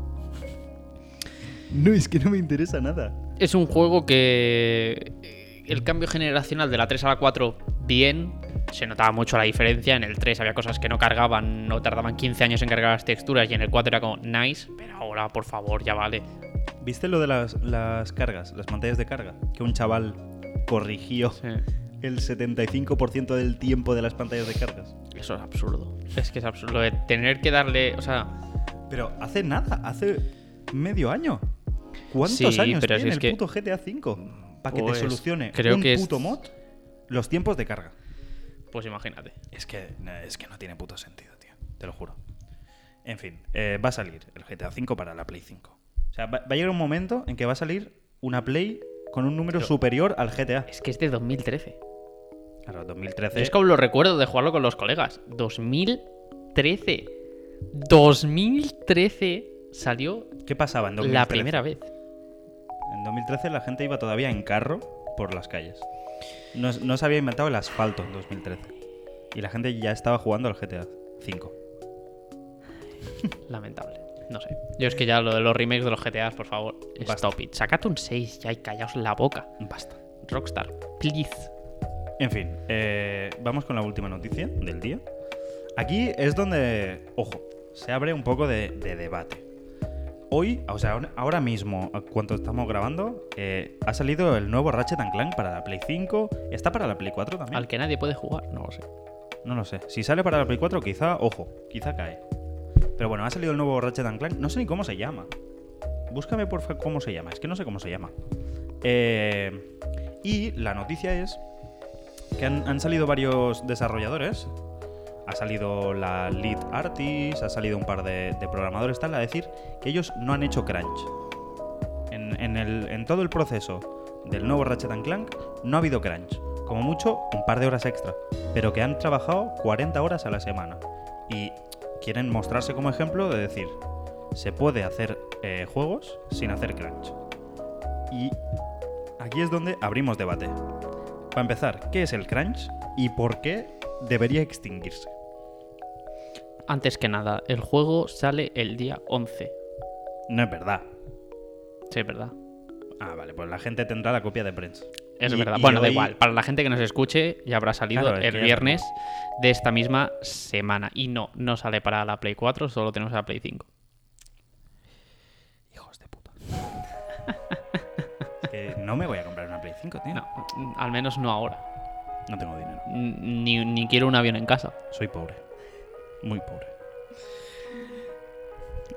D: no, es que no me interesa nada.
B: Es un juego que eh, el cambio generacional de la 3 a la 4, bien, se notaba mucho la diferencia. En el 3 había cosas que no cargaban, no tardaban 15 años en cargar las texturas y en el 4 era como, nice, pero ahora por favor, ya vale.
A: ¿Viste lo de las, las cargas, las pantallas de carga? Que un chaval corrigió el 75% del tiempo de las pantallas de cargas.
B: Eso es absurdo. Es que es absurdo. Lo de tener que darle, o sea,
A: Pero hace nada, hace medio año. ¿Cuántos
B: Sí,
A: años
B: pero si
A: tiene
B: es
A: el
B: que-
A: puto GTA V? Para que
B: Pues,
A: te solucione
B: creo
A: un
B: que es-
A: puto mod los tiempos de carga.
B: pues imagínate.
A: Es que, no, es que no tiene puto sentido, tío. Te lo juro. En fin, eh, va a salir el GTA V para la Play 5. O sea, va, va a llegar un momento en que va a salir una Play con un número
B: Pero-
A: superior al GTA.
B: Es que es de 2013.
A: Claro, 2013.
B: Yo es como lo recuerdo de jugarlo con los colegas. 2013. 2013 salió
A: ¿Qué pasaba en 2013?
B: la primera vez.
A: En 2013 la gente iba todavía en carro por las calles. No, es- no se había inventado el asfalto en 2013. Y la gente ya estaba jugando al GTA V.
B: Lamentable. No sé. Yo es que ya lo de los remakes de los GTAs, por favor,
A: Basta.
B: stop it. Sacad un 6 ya y callaos la boca.
A: Basta.
B: Rockstar, please.
A: En fin, eh, vamos con la última noticia del día. Aquí es donde, ojo, se abre un poco de, de debate. Hoy, o sea, ahora- ahora mismo, a cuanto estamos grabando, eh, ha salido el nuevo Ratchet and Clank para la Play 5. ¿Está para la Play 4 también?
B: Al que nadie puede jugar, no lo sé.
A: No lo sé. Si sale para la Play 4, quizá, ojo, quizá cae. Pero bueno, ha salido el nuevo Ratchet and Clank. No sé ni cómo se llama. Búscame por favor cómo se llama. Es que no sé cómo se llama. Eh, y la noticia es que han, han salido varios desarrolladores. Ha salido la lead artist, ha salido un par de, de programadores tal, a decir que ellos no han hecho crunch. En, en el- en todo el proceso del nuevo Ratchet and Clank no ha habido crunch. Como mucho, un par de horas extra. Pero que han trabajado 40 horas a la semana. Y quieren mostrarse como ejemplo de decir, se puede hacer eh, juegos sin hacer crunch. Y aquí es donde abrimos debate. Para empezar, ¿qué es el crunch y por qué debería extinguirse?
B: Antes que nada, el juego sale el día 11.
A: No es verdad.
B: Sí, es verdad.
A: Ah, vale, pues la gente tendrá la copia de prensa.
B: Es
A: Y-
B: verdad.
A: y
B: Bueno, da
A: hoy-
B: igual. Para la gente que nos escuche, ya habrá salido
A: Claro, es que
B: el
A: ya-
B: viernes de esta misma semana. Y no, no sale para la Play 4, solo tenemos la Play 5.
A: Que no me voy a comprar una Play 5, tío.
B: No, al menos no ahora.
A: No tengo dinero.
B: Ni, ni quiero un avión en casa.
A: Soy pobre. Muy pobre.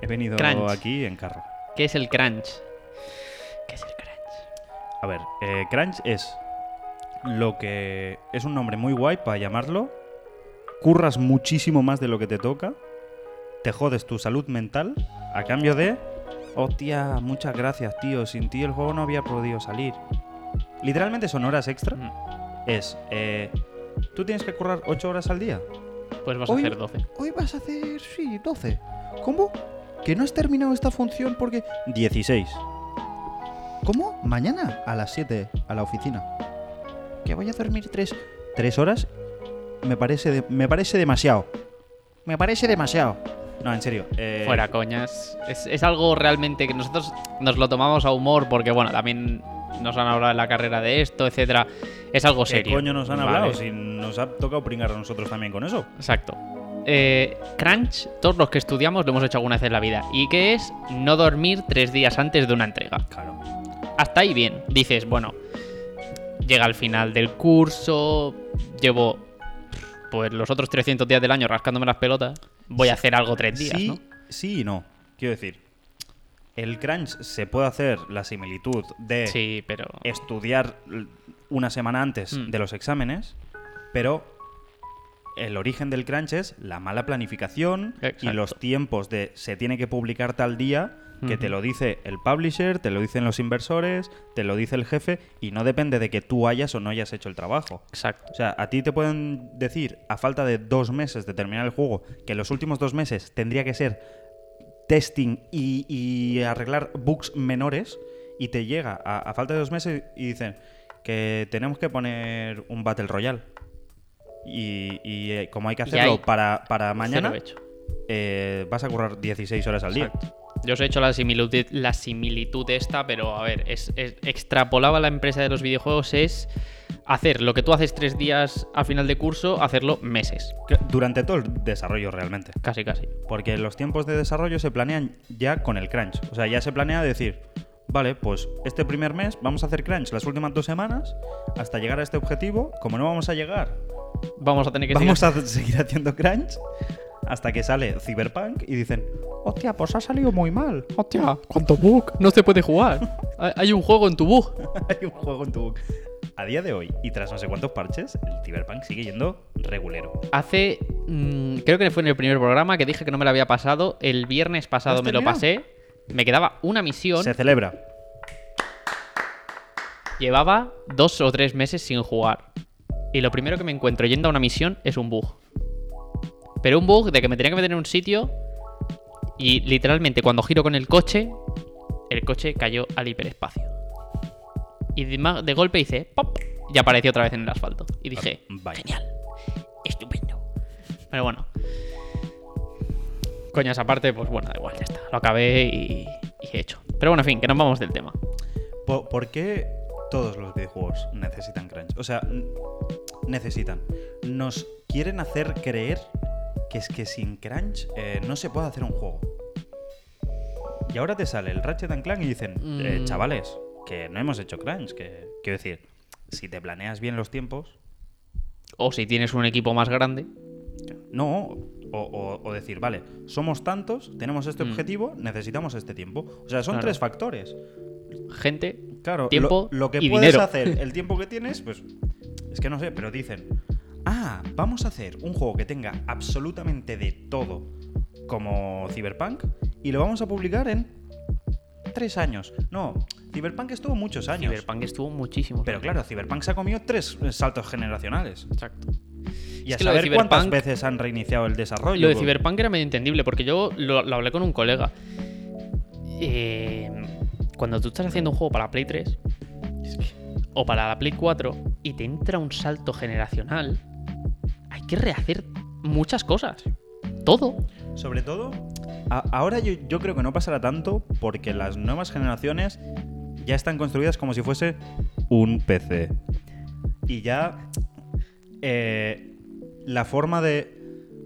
A: He venido
B: Crunch.
A: aquí en carro.
B: ¿Qué es el crunch? ¿Qué es el crunch?
A: A ver, eh, crunch es lo que es un nombre muy guay para llamarlo. Curras muchísimo más de lo que te toca. Te jodes tu salud mental a cambio de... Hostia, muchas gracias, tío. Sin ti el juego no había podido salir. Literalmente son horas
B: Mm.
A: extra. Es... eh, Tú tienes que currar 8 horas al día.
B: Pues vas
D: Hoy-
B: a hacer 12.
D: Hoy vas a hacer, sí, 12. ¿Cómo? ¿Que no has terminado esta función porque...
A: 16.
D: ¿Cómo? Mañana a las 7 a la oficina. Que voy a dormir 3...
A: 3 horas me parece, de- me parece demasiado.
D: Me parece demasiado.
A: No, en serio. eh,
B: Fuera coñas. Es, es algo realmente que nosotros nos lo tomamos a humor porque, bueno, también nos han hablado en la carrera de esto, etcétera. Es algo
A: ¿Qué
B: serio.
A: coño nos han
B: Vale.
A: hablado? Si nos ha tocado pringar a nosotros también con eso.
B: Exacto. Eh, crunch, todos los que estudiamos lo hemos hecho alguna vez en la vida. ¿Y qué es? No dormir tres días antes de una entrega.
A: Claro.
B: Hasta ahí bien. Dices, bueno, llega al final del curso, llevo pues los otros 300 días del año rascándome las pelotas. Voy a hacer algo tres días,
A: sí,
B: ¿no?
A: sí y no. Quiero decir, el crunch se puede hacer la similitud de
B: Sí, pero...
A: estudiar l- una semana antes
B: Mm.
A: de los exámenes, pero el origen del crunch es la mala planificación y
B: Exacto.
A: los tiempos de se tiene que publicar tal día que te
B: Ujú.
A: lo dice el publisher, te lo dicen los inversores, te lo dice el jefe y no depende de que tú hayas o no hayas hecho el trabajo.
B: Exacto.
A: O sea, a ti te pueden decir, a falta de dos meses de terminar el juego, que los últimos dos meses tendría que ser testing y, y arreglar bugs menores, y te llega a, a falta de dos meses y dicen que tenemos que poner un Battle Royale. Y, y, eh, como hay que
B: Y
A: hacerlo
B: hay
A: para, para mañana,
B: Cero hecho.
A: eh, vas a currar 16 horas al día.
B: Exacto. Yo os he hecho la similitud, la similitud esta, pero a ver, es, es- extrapolaba la empresa de los videojuegos es hacer lo que tú haces tres días a final de curso, hacerlo meses,
A: Que- Durante todo el desarrollo realmente.
B: casi casi.
A: Porque los tiempos de desarrollo se planean ya con el crunch. O sea, ya se planea decir, vale, pues este primer mes vamos a hacer crunch las últimas dos semanas hasta llegar a este objetivo. Como no vamos a llegar,
B: Vamos a tener que
A: vamos
B: seguir-
A: a *laughs* seguir haciendo crunch hasta que sale Cyberpunk y dicen, hostia, pues ha salido muy mal. *laughs*
B: Hostia, cuánto bug, no se puede jugar. *laughs* Hay- Hay un juego en tu bug.
A: Hay un juego en tu boca. A día de hoy, y tras no sé cuántos parches, el Cyberpunk sigue yendo regulero.
B: Hace, mm, creo que fue en el primer programa que dije que no me lo había pasado. El viernes pasado
A: ¿Has
B: me lo
A: terminado?
B: pasé. Me quedaba una misión.
A: Se celebra.
B: Llevaba dos o tres meses sin jugar. Y lo primero que me encuentro yendo a una misión es un bug. Pero un bug de que me tenía que meter en un sitio y literalmente cuando giro con el coche, el coche cayó al hiperespacio. Y de, ma- de golpe hice pop y apareció otra vez en el asfalto. Y dije,
A: Vaya.
E: Estupendo.
B: pero bueno. Coñas aparte, pues bueno, da igual, ya está. Lo acabé y, y hecho. Pero bueno, en fin, que nos vamos del tema.
A: ¿Por, por qué todos los videojuegos necesitan crunch? O sea, n- necesitan. Nos quieren hacer creer que es que sin crunch eh, no se puede hacer un juego. Y ahora te sale el Ratchet and Clank y dicen, eh,
B: Mm.
A: chavales, que no hemos hecho crunch. Que, quiero decir, si te planeas bien los tiempos,
B: O si tienes un equipo más grande.
A: no. O, o- o decir, vale, somos tantos, tenemos este
B: Mm.
A: objetivo, necesitamos este tiempo. O sea, son
B: Claro.
A: tres factores.
B: Gente.
A: Claro, lo-
B: Tiempo
A: lo, que
B: y
A: puedes
B: dinero.
A: hacer,
B: *laughs*
A: el tiempo que tienes, pues es que no sé, pero dicen, ah, vamos a hacer un juego que tenga absolutamente de todo como Cyberpunk y lo vamos a publicar en tres años. No, Cyberpunk estuvo muchos años.
B: Cyberpunk estuvo muchísimo.
A: Pero claro, Cyberpunk se ha comido tres eh, saltos generacionales.
B: Exacto.
A: Y
B: Es
A: a
B: que lo de
A: saber cuántas
B: Cyberpunk-
A: veces han reiniciado el desarrollo.
B: Lo de
A: pues,
B: Cyberpunk era medio entendible, porque yo lo, lo hablé con un colega. Eh, cuando tú estás haciendo un juego para la Play 3 o para la Play 4 y te entra un salto generacional, hay que rehacer muchas cosas. Todo.
A: Sobre todo, a- ahora yo, yo creo que no pasará tanto porque las nuevas generaciones ya están construidas como si fuese un PC. Y ya eh, la forma de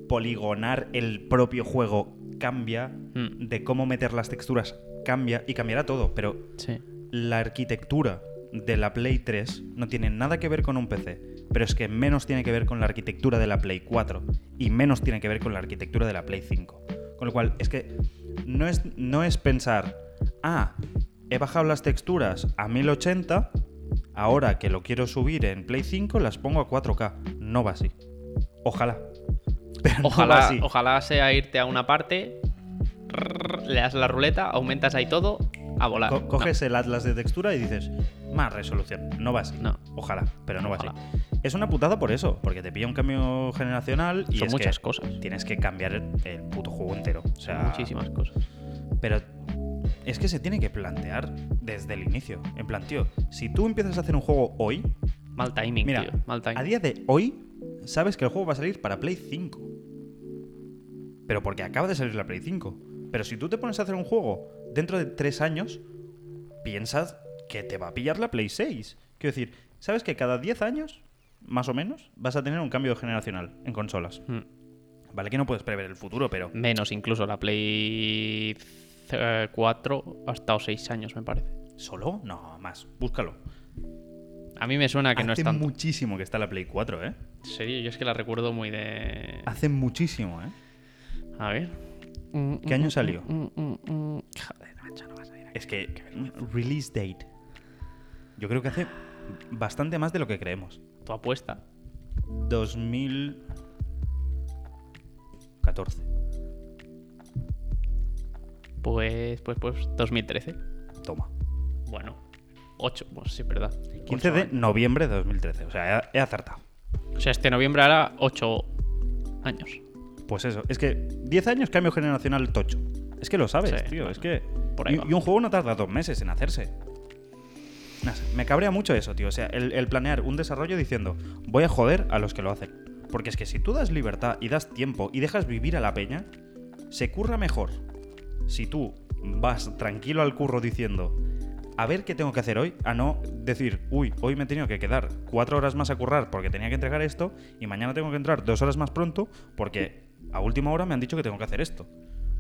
A: poligonar el propio juego cambia,
B: Mm.
A: de cómo meter las texturas cambia y cambiará todo, pero
B: Sí.
A: la arquitectura de la Play 3 no tiene nada que ver con un PC, pero es que menos tiene que ver con la arquitectura de la Play 4 y menos tiene que ver con la arquitectura de la Play 5. Con lo cual, es que no es, no es pensar, ah, he bajado las texturas a 1080, ahora que lo quiero subir en Play 5 las pongo a 4K. No va así. Ojalá. *laughs* Pero no va
B: Ojalá,
A: así.
B: ojalá sea irte a una parte, rrr, le das la ruleta, aumentas ahí todo, a volar.
A: Co- coges el atlas de textura y dices, más resolución. No va así.
B: No.
A: Ojalá, pero no va
B: Ojalá.
A: así. Es una putada por eso, porque te pilla un cambio generacional
B: No,
A: y
B: son
A: es
B: muchas
A: que
B: cosas.
A: Tienes que cambiar el, el puto juego entero. O sea,
B: Son muchísimas cosas.
A: Pero es que se tiene que plantear desde el inicio. En plan, tío, si tú empiezas a hacer un juego hoy,
B: Mal timing,
A: mira,
B: tío. Mal timing.
A: a día de hoy sabes que el juego va a salir para Play 5. Pero porque acaba de salir la Play 5. Pero si tú te pones a hacer un juego dentro de tres años, piensas que te va a pillar la Play 6. Quiero decir, sabes que cada 10 años, más o menos, vas a tener un cambio generacional en consolas.
B: Mm.
A: Vale que no puedes prever el futuro, pero...
B: Menos incluso la Play eh, 4 hasta o 6 años, me parece.
A: ¿Solo? No, más. Búscalo.
B: A mí me suena que no
A: Hace
B: es tanto.
A: muchísimo que está la Play 4, ¿eh?
B: En serio, yo es que la recuerdo muy de.
A: Hace muchísimo, ¿eh?
B: A ver.
A: ¿Qué
B: Mm,
A: año salió?
B: Joder, macho, no vas a ir aquí.
A: Es que release date. Yo creo que hace bastante más de lo que creemos.
B: Tu apuesta.
A: 2014.
B: Pues, pues, pues, 2013.
A: Toma.
B: Bueno, 8, pues sí, es verdad.
A: 15 de noviembre de 2013. O sea, he he acertado.
B: O sea, este noviembre hará 8 años.
A: Pues eso. Es que 10 años cambio generacional tocho. Es que lo sabes,
B: Sí,
A: tío.
B: bueno,
A: es que.
B: por ahí
A: y,
B: va.
A: y un juego no tarda dos meses en hacerse. No sé, me cabrea mucho eso, tío. O sea, el, el planear un desarrollo diciendo, voy a joder a los que lo hacen. Porque es que si tú das libertad y das tiempo y dejas vivir a la peña, se curra mejor. Si tú vas tranquilo al curro diciendo, a ver qué tengo que hacer hoy, a no decir, uy, hoy me he tenido que quedar cuatro horas más a currar porque tenía que entregar esto y mañana tengo que entrar dos horas más pronto porque a última hora me han dicho que tengo que hacer esto.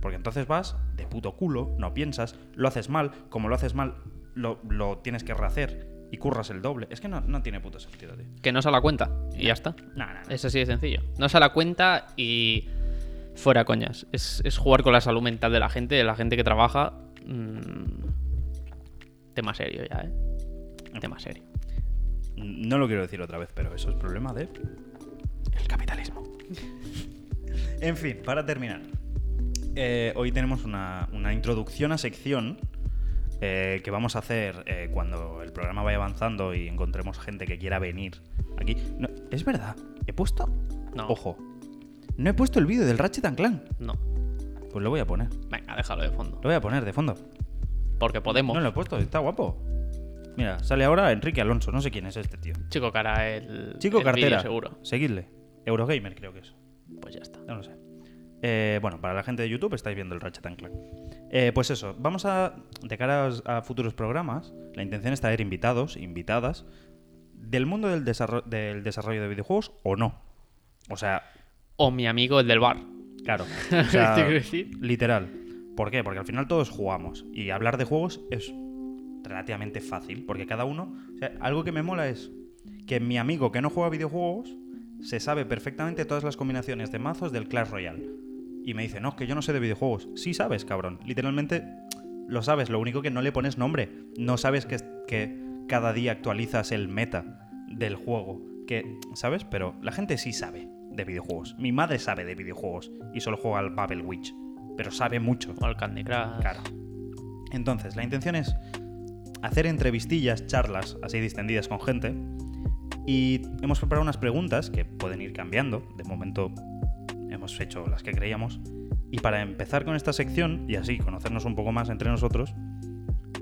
A: Porque entonces vas de puto culo, no piensas, lo haces mal, como lo haces mal, lo, lo tienes que rehacer y curras el doble. Es que no, no tiene puto sentido, tío.
B: Que no se la cuenta. Y ya está.
A: No, no, no.
B: Es así de sencillo. No se la cuenta y fuera coñas. Es, es jugar con la salud mental de la gente, de la gente que trabaja. mm, Tema serio ya, ¿eh? Tema serio.
A: No lo quiero decir otra vez, pero eso es problema de. El capitalismo. en fin, para terminar. eh, hoy tenemos una, una introducción a sección eh, que vamos a hacer eh, cuando el programa vaya avanzando y encontremos gente que quiera venir aquí. No, es verdad, he puesto.
B: No.
A: Ojo. No he puesto el vídeo del Ratchet and Clank.
B: No.
A: Pues lo voy a poner.
B: Venga, déjalo de fondo.
A: Lo voy a poner de fondo.
B: Porque podemos.
A: No lo he puesto, está guapo. Mira, sale ahora Enrique Alonso. No sé quién es este tío.
B: Chico cara el.
A: Chico
B: el vídeo
A: cartera,
B: seguro.
A: seguidle. Eurogamer creo que es.
B: Pues ya está.
A: No lo sé. Eh, bueno, para la gente de YouTube estáis viendo el Ratchet and Clank. Eh, pues eso, vamos a, de cara a, a futuros programas, la intención es traer invitados, invitadas, del mundo del, desarro- del desarrollo de videojuegos o no. O sea,
B: o mi amigo el del bar.
A: Claro.
B: *laughs*
A: O sea,
B: Te quiero decir.
A: Literal. ¿Por qué? Porque al final todos jugamos. Y hablar de juegos es relativamente fácil. Porque cada uno. o sea, algo que me mola es que mi amigo que no juega a videojuegos se sabe perfectamente todas las combinaciones de mazos del Clash Royale. Y me dice, no, es que yo no sé de videojuegos. Sí sabes, cabrón. Literalmente lo sabes. Lo único que no le pones nombre. No sabes que, que cada día actualizas el meta del juego. Que, ¿sabes? Pero la gente sí sabe de videojuegos. Mi madre sabe de videojuegos y solo juega al Babel Witch. Pero sabe mucho.
B: O el Candy Crush.
A: Claro. Entonces, la intención es hacer entrevistillas, charlas así distendidas con gente. Y hemos preparado unas preguntas que pueden ir cambiando. De momento hemos hecho las que creíamos. Y para empezar con esta sección y así conocernos un poco más entre nosotros,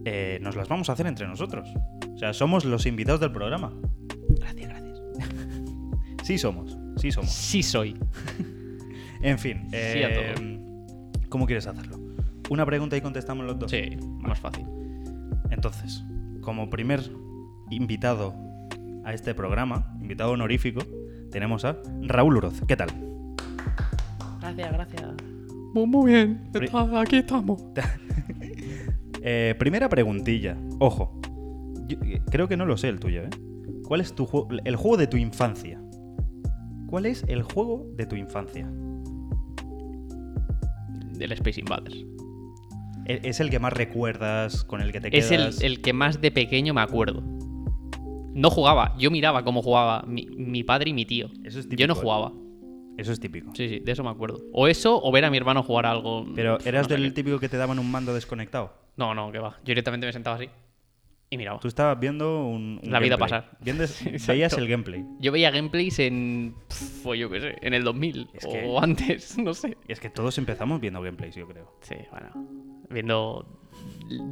A: eh, nos las vamos a hacer entre nosotros. O sea, somos los invitados del programa. Gracias, gracias. *laughs* sí somos, sí somos.
B: Sí soy.
A: En fin,
B: Sí a
A: eh, ¿cómo quieres hacerlo? Una pregunta y contestamos los dos.
B: Sí, más fácil.
A: Entonces, como primer invitado a este programa, invitado honorífico, tenemos a Raúl Uroz. ¿Qué tal?
E: Gracias, gracias.
C: Muy, muy bien,
A: Pri-
C: está- aquí estamos.
A: Eh, primera preguntilla. Ojo. Yo- eh, creo que no lo sé el tuyo, ¿eh? ¿Cuál es tu juego, el juego de tu infancia? ¿Cuál es el juego de tu infancia?
B: Del Space Invaders.
A: E- ¿Es el que más recuerdas, con el que te
B: Es el,
A: quedas?
B: el que más de pequeño me acuerdo. No jugaba, yo miraba cómo jugaba mi, mi padre y mi tío.
A: Eso es
B: yo
A: típico,
B: no
A: ¿eh?
B: jugaba.
A: Eso es típico.
B: Sí, sí, de eso me acuerdo. O eso, o ver a mi hermano jugar a algo. mm,
A: Pero
B: Pff,
A: eras
B: no sé
A: del
B: qué.
A: típico que te daban un mando desconectado.
B: No, no, que va. Yo directamente me sentaba así y miraba.
A: Tú estabas viendo un. un
B: La vida
A: gameplay.
B: pasar. *laughs*
A: Viendes-
B: Exacto.
A: veías el gameplay.
B: Yo veía gameplays en. pff, Pues yo qué sé, en el 2000
A: Es
B: o *laughs*
A: que-
B: antes, no sé.
A: Y es que todos empezamos viendo gameplays, yo creo.
B: Sí, bueno. Viendo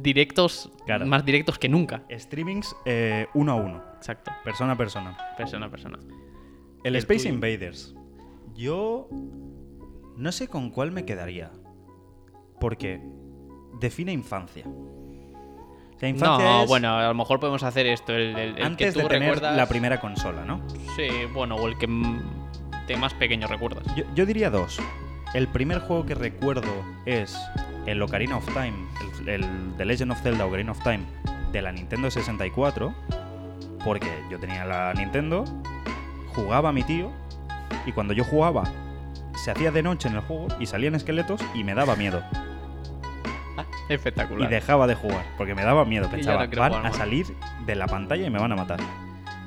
B: directos,
A: Claro.
B: más directos que nunca.
A: Streamings eh, uno a uno,
B: Exacto,
A: persona a persona.
B: persona a persona.
A: El,
B: El
A: Space
B: tuyo.
A: Invaders. Yo no sé con cuál me quedaría. Porque define infancia. O sea, infancia
B: no,
A: es
B: bueno, a lo mejor podemos hacer esto. El, el- el que
A: antes
B: tú
A: de tener
B: recuerdas.
A: la primera consola, ¿no?
B: Sí, bueno, o el que mm, te más pequeño recuerdas.
A: Yo, yo diría dos. El primer juego que recuerdo es el Ocarina of Time, el, el The Legend of Zelda Ocarina of Time de la Nintendo 64, porque yo tenía la Nintendo, jugaba a mi tío, y cuando yo jugaba se hacía de noche en el juego y salían esqueletos y me daba miedo. Y
B: Espectacular.
A: dejaba de jugar, porque me daba miedo,
B: Y *laughs* ya
A: pensaba,
B: no quiero
A: van
B: jugar
A: a
B: más".
A: salir de la pantalla y me van a matar.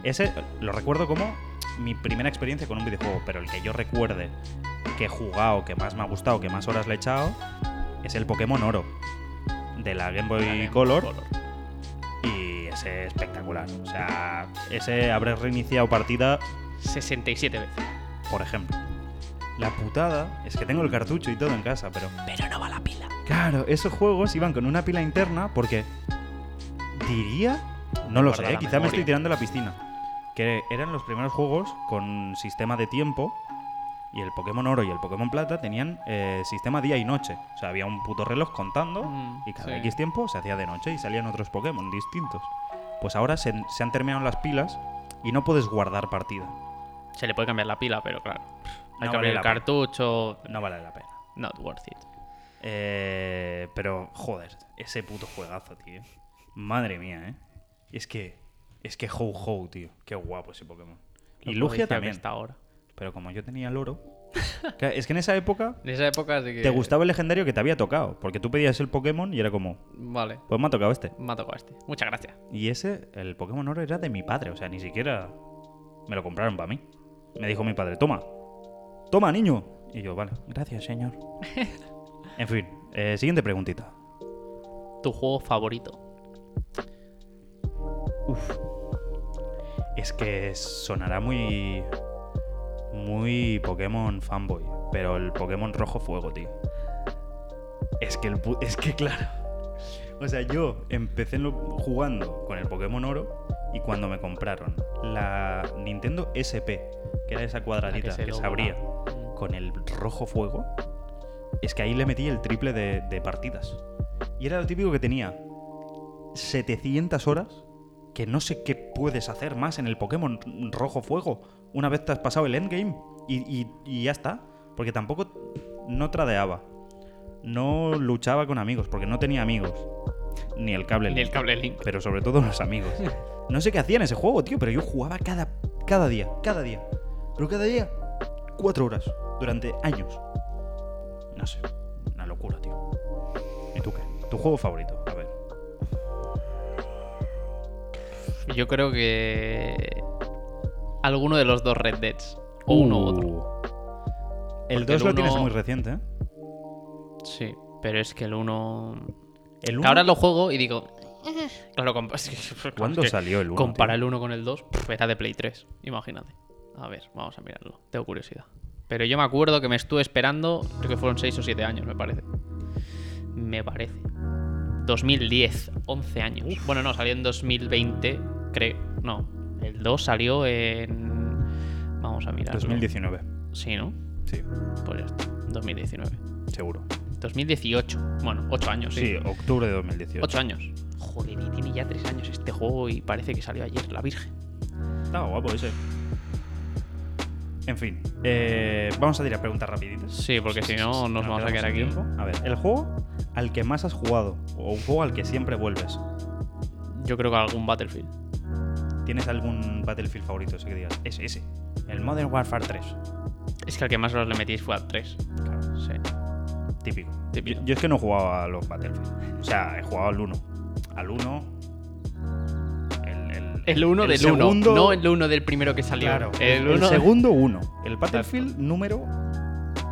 A: Ese lo recuerdo como mi primera experiencia con un videojuego, pero el que yo recuerde que he jugado, que más me ha gustado, que más horas le he echado, es el Pokémon Oro de la Game Boy,
B: La Game Boy
A: Color, y ese espectacular. O sea, ese habré reiniciado partida,
B: 67 veces.
A: por ejemplo. La putada es que tengo el cartucho y todo en casa, pero
E: Pero no va la pila.
A: Claro, esos juegos iban con una pila interna porque diría, no lo sé,
B: Guarda la
A: quizá me estoy
B: memoria.
A: tirando a la piscina, que eran los primeros juegos con sistema de tiempo y el Pokémon Oro y el Pokémon Plata tenían eh, sistema día y noche. O sea, había un puto reloj contando
B: Mm,
A: y cada
B: sí.
A: X tiempo se hacía de noche y salían otros Pokémon distintos. Pues ahora se, se han terminado las pilas y no puedes guardar partida.
B: Se le puede cambiar la pila, pero claro. Hay
A: No
B: que
A: vale
B: abrir
A: la
B: el
A: pena.
B: cartucho.
A: No vale la pena.
B: Not worth it.
A: Eh, pero, joder, ese puto juegazo, tío. Madre mía, ¿eh? Es que, es que ho ho, tío. Qué guapo ese Pokémon. Y
B: Lo
A: Lugia
B: codiciado que
A: también.
B: Está ahora.
A: Pero como yo tenía el
B: *laughs*
A: oro... Claro, es que en esa época
B: En esa época sí que.
A: te gustaba el legendario que te había tocado. Porque tú pedías el Pokémon y era como,
B: Vale.
A: pues me ha tocado este.
B: Me ha tocado este. Muchas gracias.
A: Y ese, el Pokémon oro era de mi padre. O sea, ni siquiera me lo compraron para mí. Me dijo mi padre, toma. Toma, niño. Y yo, vale. Gracias,
B: *laughs*
A: señor. en fin, eh, siguiente preguntita.
B: Tu juego favorito.
A: Uf. Es que sonará muy. Muy Pokémon fanboy. Pero el Pokémon rojo fuego, tío. Es que, el pu- es que claro. O sea, yo empecé en lo- jugando con el Pokémon oro. Y cuando me compraron la Nintendo SP, que era esa cuadradita
B: se
A: que, se
B: dobla.
A: abría con el rojo fuego, es que ahí le metí el triple de, de partidas. Y era lo típico que tenía 700 horas que no sé qué puedes hacer más en el Pokémon Rojo Fuego una vez te has pasado el endgame y, y- y ya está. Porque tampoco no tradeaba. No luchaba con amigos, porque no tenía amigos. Ni el cable
B: Ni el
A: link,
B: cable Link.
A: Pero sobre todo los amigos. No sé qué hacía en ese juego, tío, pero yo jugaba cada, cada día, cada día. Pero cada día, cuatro horas, durante años. No sé, una locura, tío. ¿Y tú qué? ¿Tu juego favorito? A ver.
B: Yo creo que. Alguno de los dos Red Deads. O uno u otro.
A: Uh, El
B: Porque
A: 2
B: el
A: lo tienes
B: uno-
A: muy reciente, ¿eh?
B: Sí, pero es que el uno.
A: El uno-
B: Ahora lo juego y digo. "Eh". Claro, compa- *laughs* es que-
A: ¿Cuándo
B: es que
A: salió el 1?
B: Comparar el 1 con el 2, pff, era de Play 3, imagínate. A ver, vamos a mirarlo, tengo curiosidad. Pero yo me acuerdo que me estuve esperando, creo que fueron 6 o 7 años, me parece. Me parece. 2010, 11 años. Bueno, no, salió en 2020, creo. No, el 2 salió en... Vamos a mirar.
A: 2019,
B: Sí, ¿no?
A: sí,
B: Pues ya está, 2019.
A: seguro.
B: 2018, bueno, 8 años,
A: Sí,
B: sí.
A: octubre de 2018.
B: 8 años. Joder, y tiene ya 3 años este juego y parece que salió ayer, la Virgen.
A: Estaba guapo ese. En fin, eh, vamos a ir a preguntas rapiditas.
B: Sí, porque si no nos vamos
A: quedamos
B: a quedar
A: sin
B: aquí.
A: tiempo. A ver, el juego al que más has jugado o un juego al que siempre vuelves.
B: Yo creo que algún Battlefield.
A: ¿Tienes algún Battlefield favorito? Ese que digas, ese, ese. El Modern Warfare 3.
B: Es que al que más los le metís fue al 3.
A: Claro,
B: Sí.
A: típico.
B: Típico.
A: Yo, yo es que no he jugado a los Battlefield. O sea, he jugado al 1. Al 1. El, el,
B: El 1
A: el
B: del 1,
A: segundo-
B: no el 1 del primero que salió.
A: Claro,
B: el 1
A: segundo 1. El Battlefield número.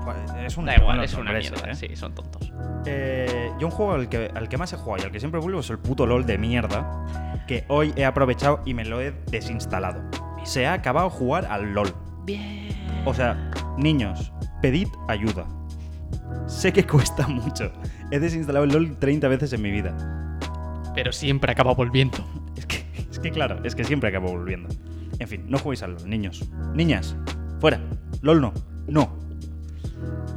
A: Joder, Es un
B: Da igual,
A: no
B: Pues, es una
A: sorpresa,
B: mierda.
A: ¿eh?
B: Sí, son tontos.
A: Eh, yo un juego al que, al que más he jugado y al que siempre vuelvo es el puto LOL de mierda que hoy he aprovechado y me lo he desinstalado. Se ha acabado jugar al LOL.
E: Bien.
A: O sea, niños, pedid ayuda. Sé que *laughs* cuesta mucho. He desinstalado el LOL 30 veces en mi vida.
B: Pero siempre acaba volviendo.
A: Es que, es que claro, es que siempre acabo volviendo. En fin, no juguéis al LOL, niños. Niñas, fuera. LOL no. No.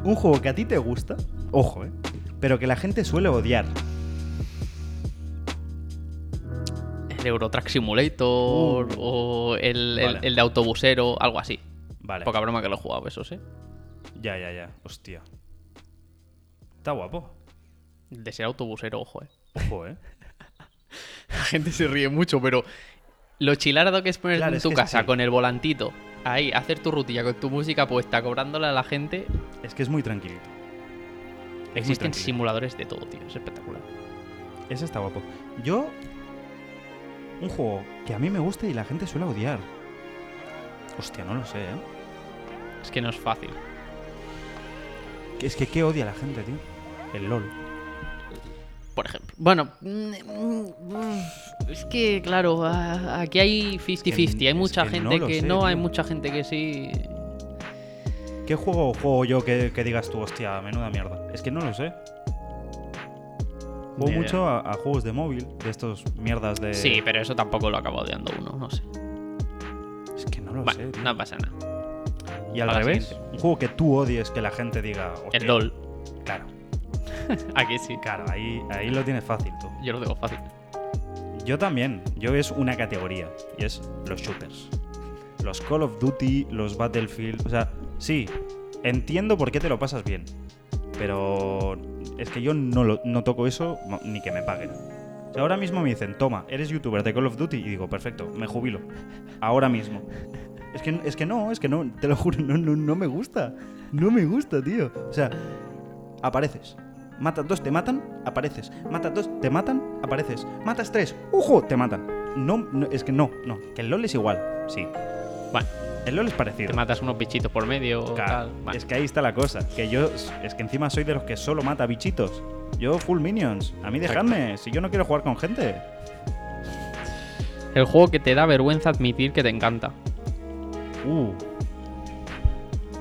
A: Un juego que a ti te gusta, ojo, ¿eh? Pero que la gente suele odiar.
B: El Eurotrack Simulator
A: Uh.
B: o el, el-
A: Vale.
B: el de autobusero, algo así.
A: Vale.
B: Poca broma que lo he jugado, eso sí.
A: Ya, ya, ya. Hostia. Está guapo.
B: El de ser autobusero, ojo, eh.
A: Ojo, ¿eh?
B: La *laughs* gente se ríe mucho, pero lo chilardo que es poner
A: Claro,
B: en
A: es
B: tu
A: que es
B: casa
A: chill.
B: con el volantito, ahí, hacer tu rutilla con tu música puesta, cobrándole a la gente.
A: *laughs* Es que es muy tranquilito. Es muy
B: Existen
A: tranquilo.
B: simuladores de todo, tío. Es espectacular.
A: Ese está guapo. Yo. Un juego que a mí me gusta y la gente suele odiar. Hostia, no lo sé, ¿eh?
B: Es que no es fácil.
A: Que Es que qué odia la gente, tío. El LOL.
B: Por ejemplo. Bueno, mm, mm, es que, claro, a- aquí hay 50-50. hay
A: es
B: mucha
A: que no
B: gente
A: lo
B: que
A: sé,
B: no, hay
A: tío.
B: mucha gente que sí.
A: ¿Qué juego juego yo que, que digas tú, hostia, menuda mierda? Es que no lo sé. Juego
B: Ni idea.
A: mucho a, a juegos de móvil, de estos mierdas de.
B: Sí, pero eso tampoco lo acaba odiando uno, no sé.
A: Es que no lo
B: Vale,
A: sé. tío.
B: no pasa nada.
A: y al
B: para la
A: revés,
B: siguiente.
A: un juego que tú odies que la gente diga. hostia,
B: El LOL,
A: Claro,
B: aquí sí.
A: claro, ahí, ahí lo tienes fácil tú.
B: Yo lo tengo fácil.
A: Yo también. Yo es una categoría y es los shooters. Los Call of Duty, los Battlefield. O sea, sí, entiendo por qué te lo pasas bien. Pero es que yo no, lo- no toco eso mo- ni que me paguen. O sea, ahora mismo me dicen, toma, eres youtuber de Call of Duty. Y digo, perfecto, me jubilo. Ahora mismo. Es que, es que no, es que no, te lo juro, no, no, no me gusta. No me gusta, tío. O sea, apareces. Matas dos, te matan, apareces. Matas dos, te matan, apareces. Matas tres, ¡ujo! Te matan. No, no, es que no, no. Que el LOL es igual, sí.
B: Vale,
A: El LOL es parecido.
B: te matas unos bichitos por medio.
A: Claro,
B: tal. Vale.
A: Es que ahí está la cosa. Que yo, es que encima soy de los que solo mata bichitos. Yo full minions. A mí
B: Exacto.
A: dejadme, si yo no quiero jugar con gente.
B: El juego que te da vergüenza admitir que te encanta.
A: Uh.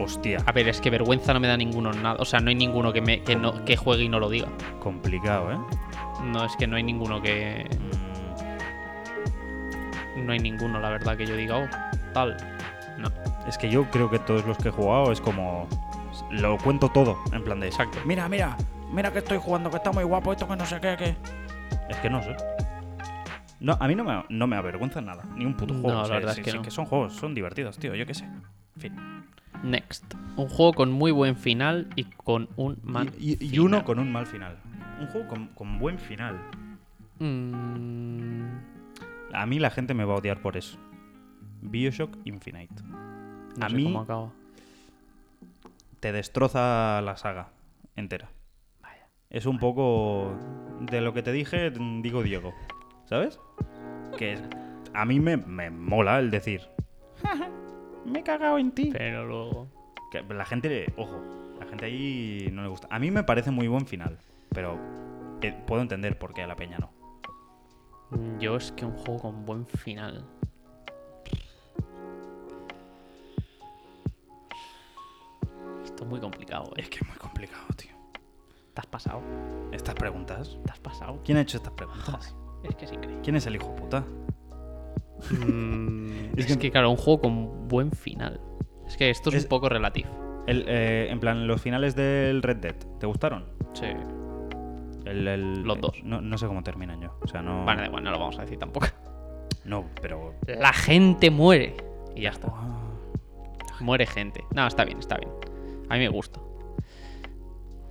A: Hostia,
B: A ver, es que vergüenza no me da ninguno nada. O sea, no hay ninguno que, me, que, no, que juegue y no lo diga.
A: complicado, ¿eh?
B: No, es que no hay ninguno que.
A: Mm,
B: No hay ninguno, la verdad, que yo diga, oh, tal. No.
A: Es que yo creo que todos los que he jugado es como. Lo cuento todo, en plan de.
B: Exacto.
C: Mira, mira, mira que estoy jugando, que está muy guapo esto, que no sé qué, que...
A: Es que no sé. No, a mí no me, no me avergüenza nada, ni un puto
B: No,
A: juego.
B: la
A: o sea,
B: verdad
A: sí-
B: es que
A: sí
B: no.
A: son juegos, son divertidos, tío, yo qué sé. En fin.
B: Next. Un juego con muy buen final y con un mal.
A: Y, y- y uno con un mal final. Un juego con, con buen final.
B: Mm,
A: A mí la gente me va a odiar por eso. Bioshock Infinite.
B: no
A: a
B: sé
A: mí
B: cómo acaba.
A: te destroza la saga entera. Es un poco de lo que te dije, digo Diego. ¿Sabes? Que es- a mí me, me mola el decir. *laughs* me he cagado en ti.
B: Pero luego.
A: Que la gente, ojo, la gente ahí no le gusta. A mí me parece muy buen final, pero eh, puedo entender por qué a la peña no.
B: mm, Yo es que un juego con buen final. Esto es muy complicado, eh.
A: Es que es muy complicado, tío.
B: Te has pasado,
A: Estas preguntas.
B: te has pasado.
A: ¿Quién ha hecho estas preguntas?
B: Es que es increíble.
A: ¿Quién es el hijo puta?
B: es, que... claro, un juego con buen final. Es que esto es,
A: Es-
B: un poco relativo.
A: El, eh, en plan, los finales del Red Dead, ¿te gustaron?
B: Sí.
A: El- el-
B: Los dos.
A: No, no sé cómo terminan yo. O sea, no.
B: Bueno, da igual, no lo vamos a decir tampoco.
A: No, pero.
B: La gente muere. Y ya está. Muere Oh, gente. No, está bien, está bien. A mí me gusta.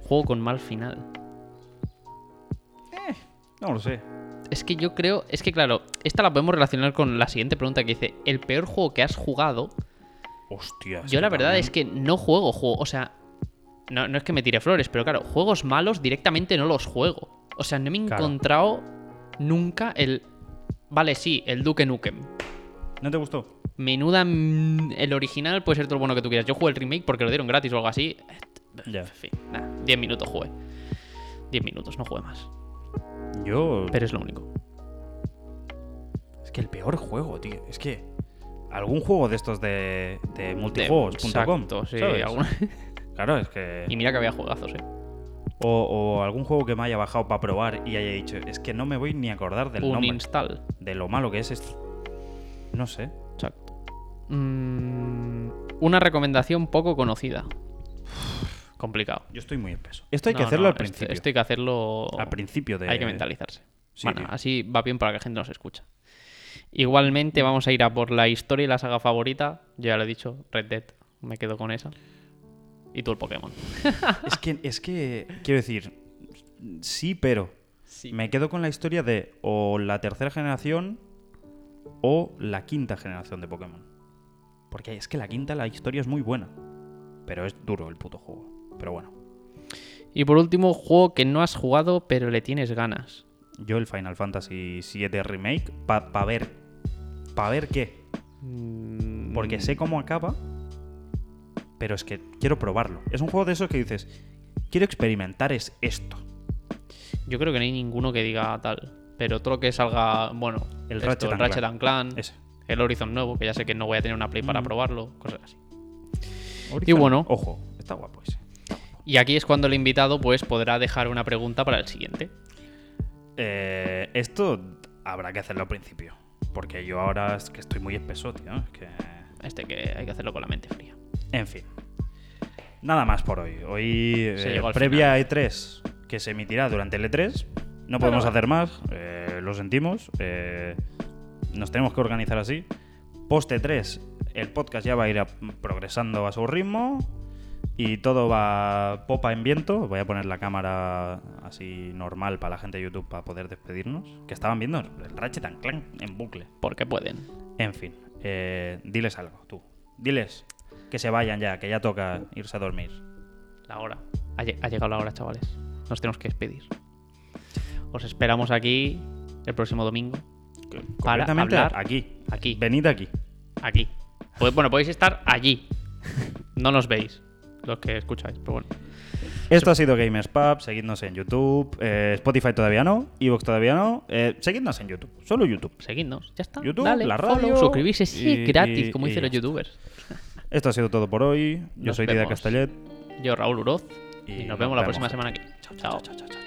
B: Juego con mal final.
A: No lo sé.
B: Es que yo creo, es que claro, esta la podemos relacionar con la siguiente pregunta que dice, el peor juego que has jugado.
A: Hostia.
B: Yo la verdad es que no juego juego, o sea, no, no es que me tire flores, pero claro, juegos malos directamente no los juego. O sea, no me he
A: Claro.
B: encontrado nunca el... Vale, sí, el Duke Nukem.
A: ¿No te gustó?
B: Menuda... mm, El original puede ser todo lo bueno que tú quieras. Yo jugué el remake porque lo dieron gratis o algo así.
A: Ya.
B: En fin, nada, 10 minutos jugué. 10 minutos, no jugué más.
A: Yo.
B: Pero es lo único.
A: Es que el peor juego, tío. Es que. Algún juego de estos de, de multijuegos.com.
B: Exacto, sí,
A: ¿sabes?
B: alguna- *laughs*
A: Claro, es que.
B: Y mira que había juegazos, eh.
A: O, o algún juego que me haya bajado para probar y haya dicho, es que no me voy ni a acordar del
B: un
A: nombre,
B: install.
A: de lo malo que es esto. No sé.
B: Exacto. Mm, una recomendación poco conocida. Complicado.
A: Yo estoy muy espeso. Esto hay que
B: No,
A: hacerlo
B: no, este-
A: al
B: esto-
A: principio.
B: Esto hay que hacerlo.
A: Al principio de.
B: Hay que mentalizarse.
A: Sí,
B: bueno,
A: tío.
B: así va bien para que la gente nos escucha. Igualmente, vamos a ir a por la historia y la saga favorita. Yo ya lo he dicho, Red Dead. Me quedo con esa. Y tú el Pokémon.
A: Es que, es que, quiero decir, sí, pero me quedo con la historia de o la tercera generación o la quinta generación de Pokémon. Porque es que la quinta, la historia es muy buena. Pero es duro el puto juego. Pero bueno,
B: Y por último, juego que no has jugado, pero le tienes ganas.
A: yo el Final Fantasy VII Remake, para pa ver. ¿Para ver qué?
B: Mm,
A: Porque sé cómo acaba, pero es que quiero probarlo. Es un juego de esos que dices, quiero experimentar es esto.
B: Yo creo que no hay ninguno que diga tal. Pero todo lo que salga, bueno,
A: El
B: esto,
A: Ratchet and
B: Ratchet
A: Clank.
B: and Clank,
A: Ese.
B: el Horizon nuevo, que ya sé que no voy a tener una Play para
A: Mm.
B: probarlo, cosas así.
A: Horizon,
B: bueno.
A: Ojo, está guapo ese.
B: Y aquí es cuando el invitado pues podrá dejar una pregunta para el siguiente.
A: Eh, esto habrá que hacerlo al principio. Porque yo ahora es que estoy muy espeso, tío. es que-
B: Este que hay que hacerlo con la mente fría.
A: En fin. Nada más por hoy. Hoy,
B: Se
A: eh,
B: llegó al
A: previa a E3, que se emitirá durante el E3. No podemos hacer más, eh, lo sentimos. eh, nos tenemos que organizar así. Post E3, el podcast ya va a ir a- progresando a su ritmo. Y todo va popa en viento. Voy a poner la cámara así normal para la gente de YouTube para poder despedirnos. Que estaban viendo el Ratchet and Clank en bucle.
B: Porque pueden.
A: En fin, eh, diles algo, tú. Diles que se vayan ya, que ya toca irse a dormir.
B: La hora. Ha, lle- ha llegado la hora, chavales. Nos tenemos que despedir. Os esperamos aquí el próximo domingo. Para
A: Concretamente,
B: hablar
A: aquí.
B: aquí.
A: Venid aquí.
B: Aquí. Pues, bueno, podéis estar allí. No nos veis, los que escucháis, pero bueno.
A: Esto ha sido Gamers Pub. Seguidnos en YouTube. eh, Spotify todavía no. Evox todavía no. eh, seguidnos en YouTube. Solo YouTube.
B: seguidnos, ya está.
A: YouTube,
B: Dale,
A: la
B: follow,
A: radio,
B: suscribirse, sí,
A: y-
B: gratis,
A: y-
B: como
A: y
B: dicen
A: ya
B: los youtubers.
A: Esto ha sido todo por hoy. Yo
B: Nos
A: soy Tida
B: vemos.
A: Castellet.
B: Yo, Raúl Uroz,
A: Y
B: y, nos
A: nos
B: vemos la
A: vemos.
B: próxima semana aquí. chao. chao.
A: chao, chao.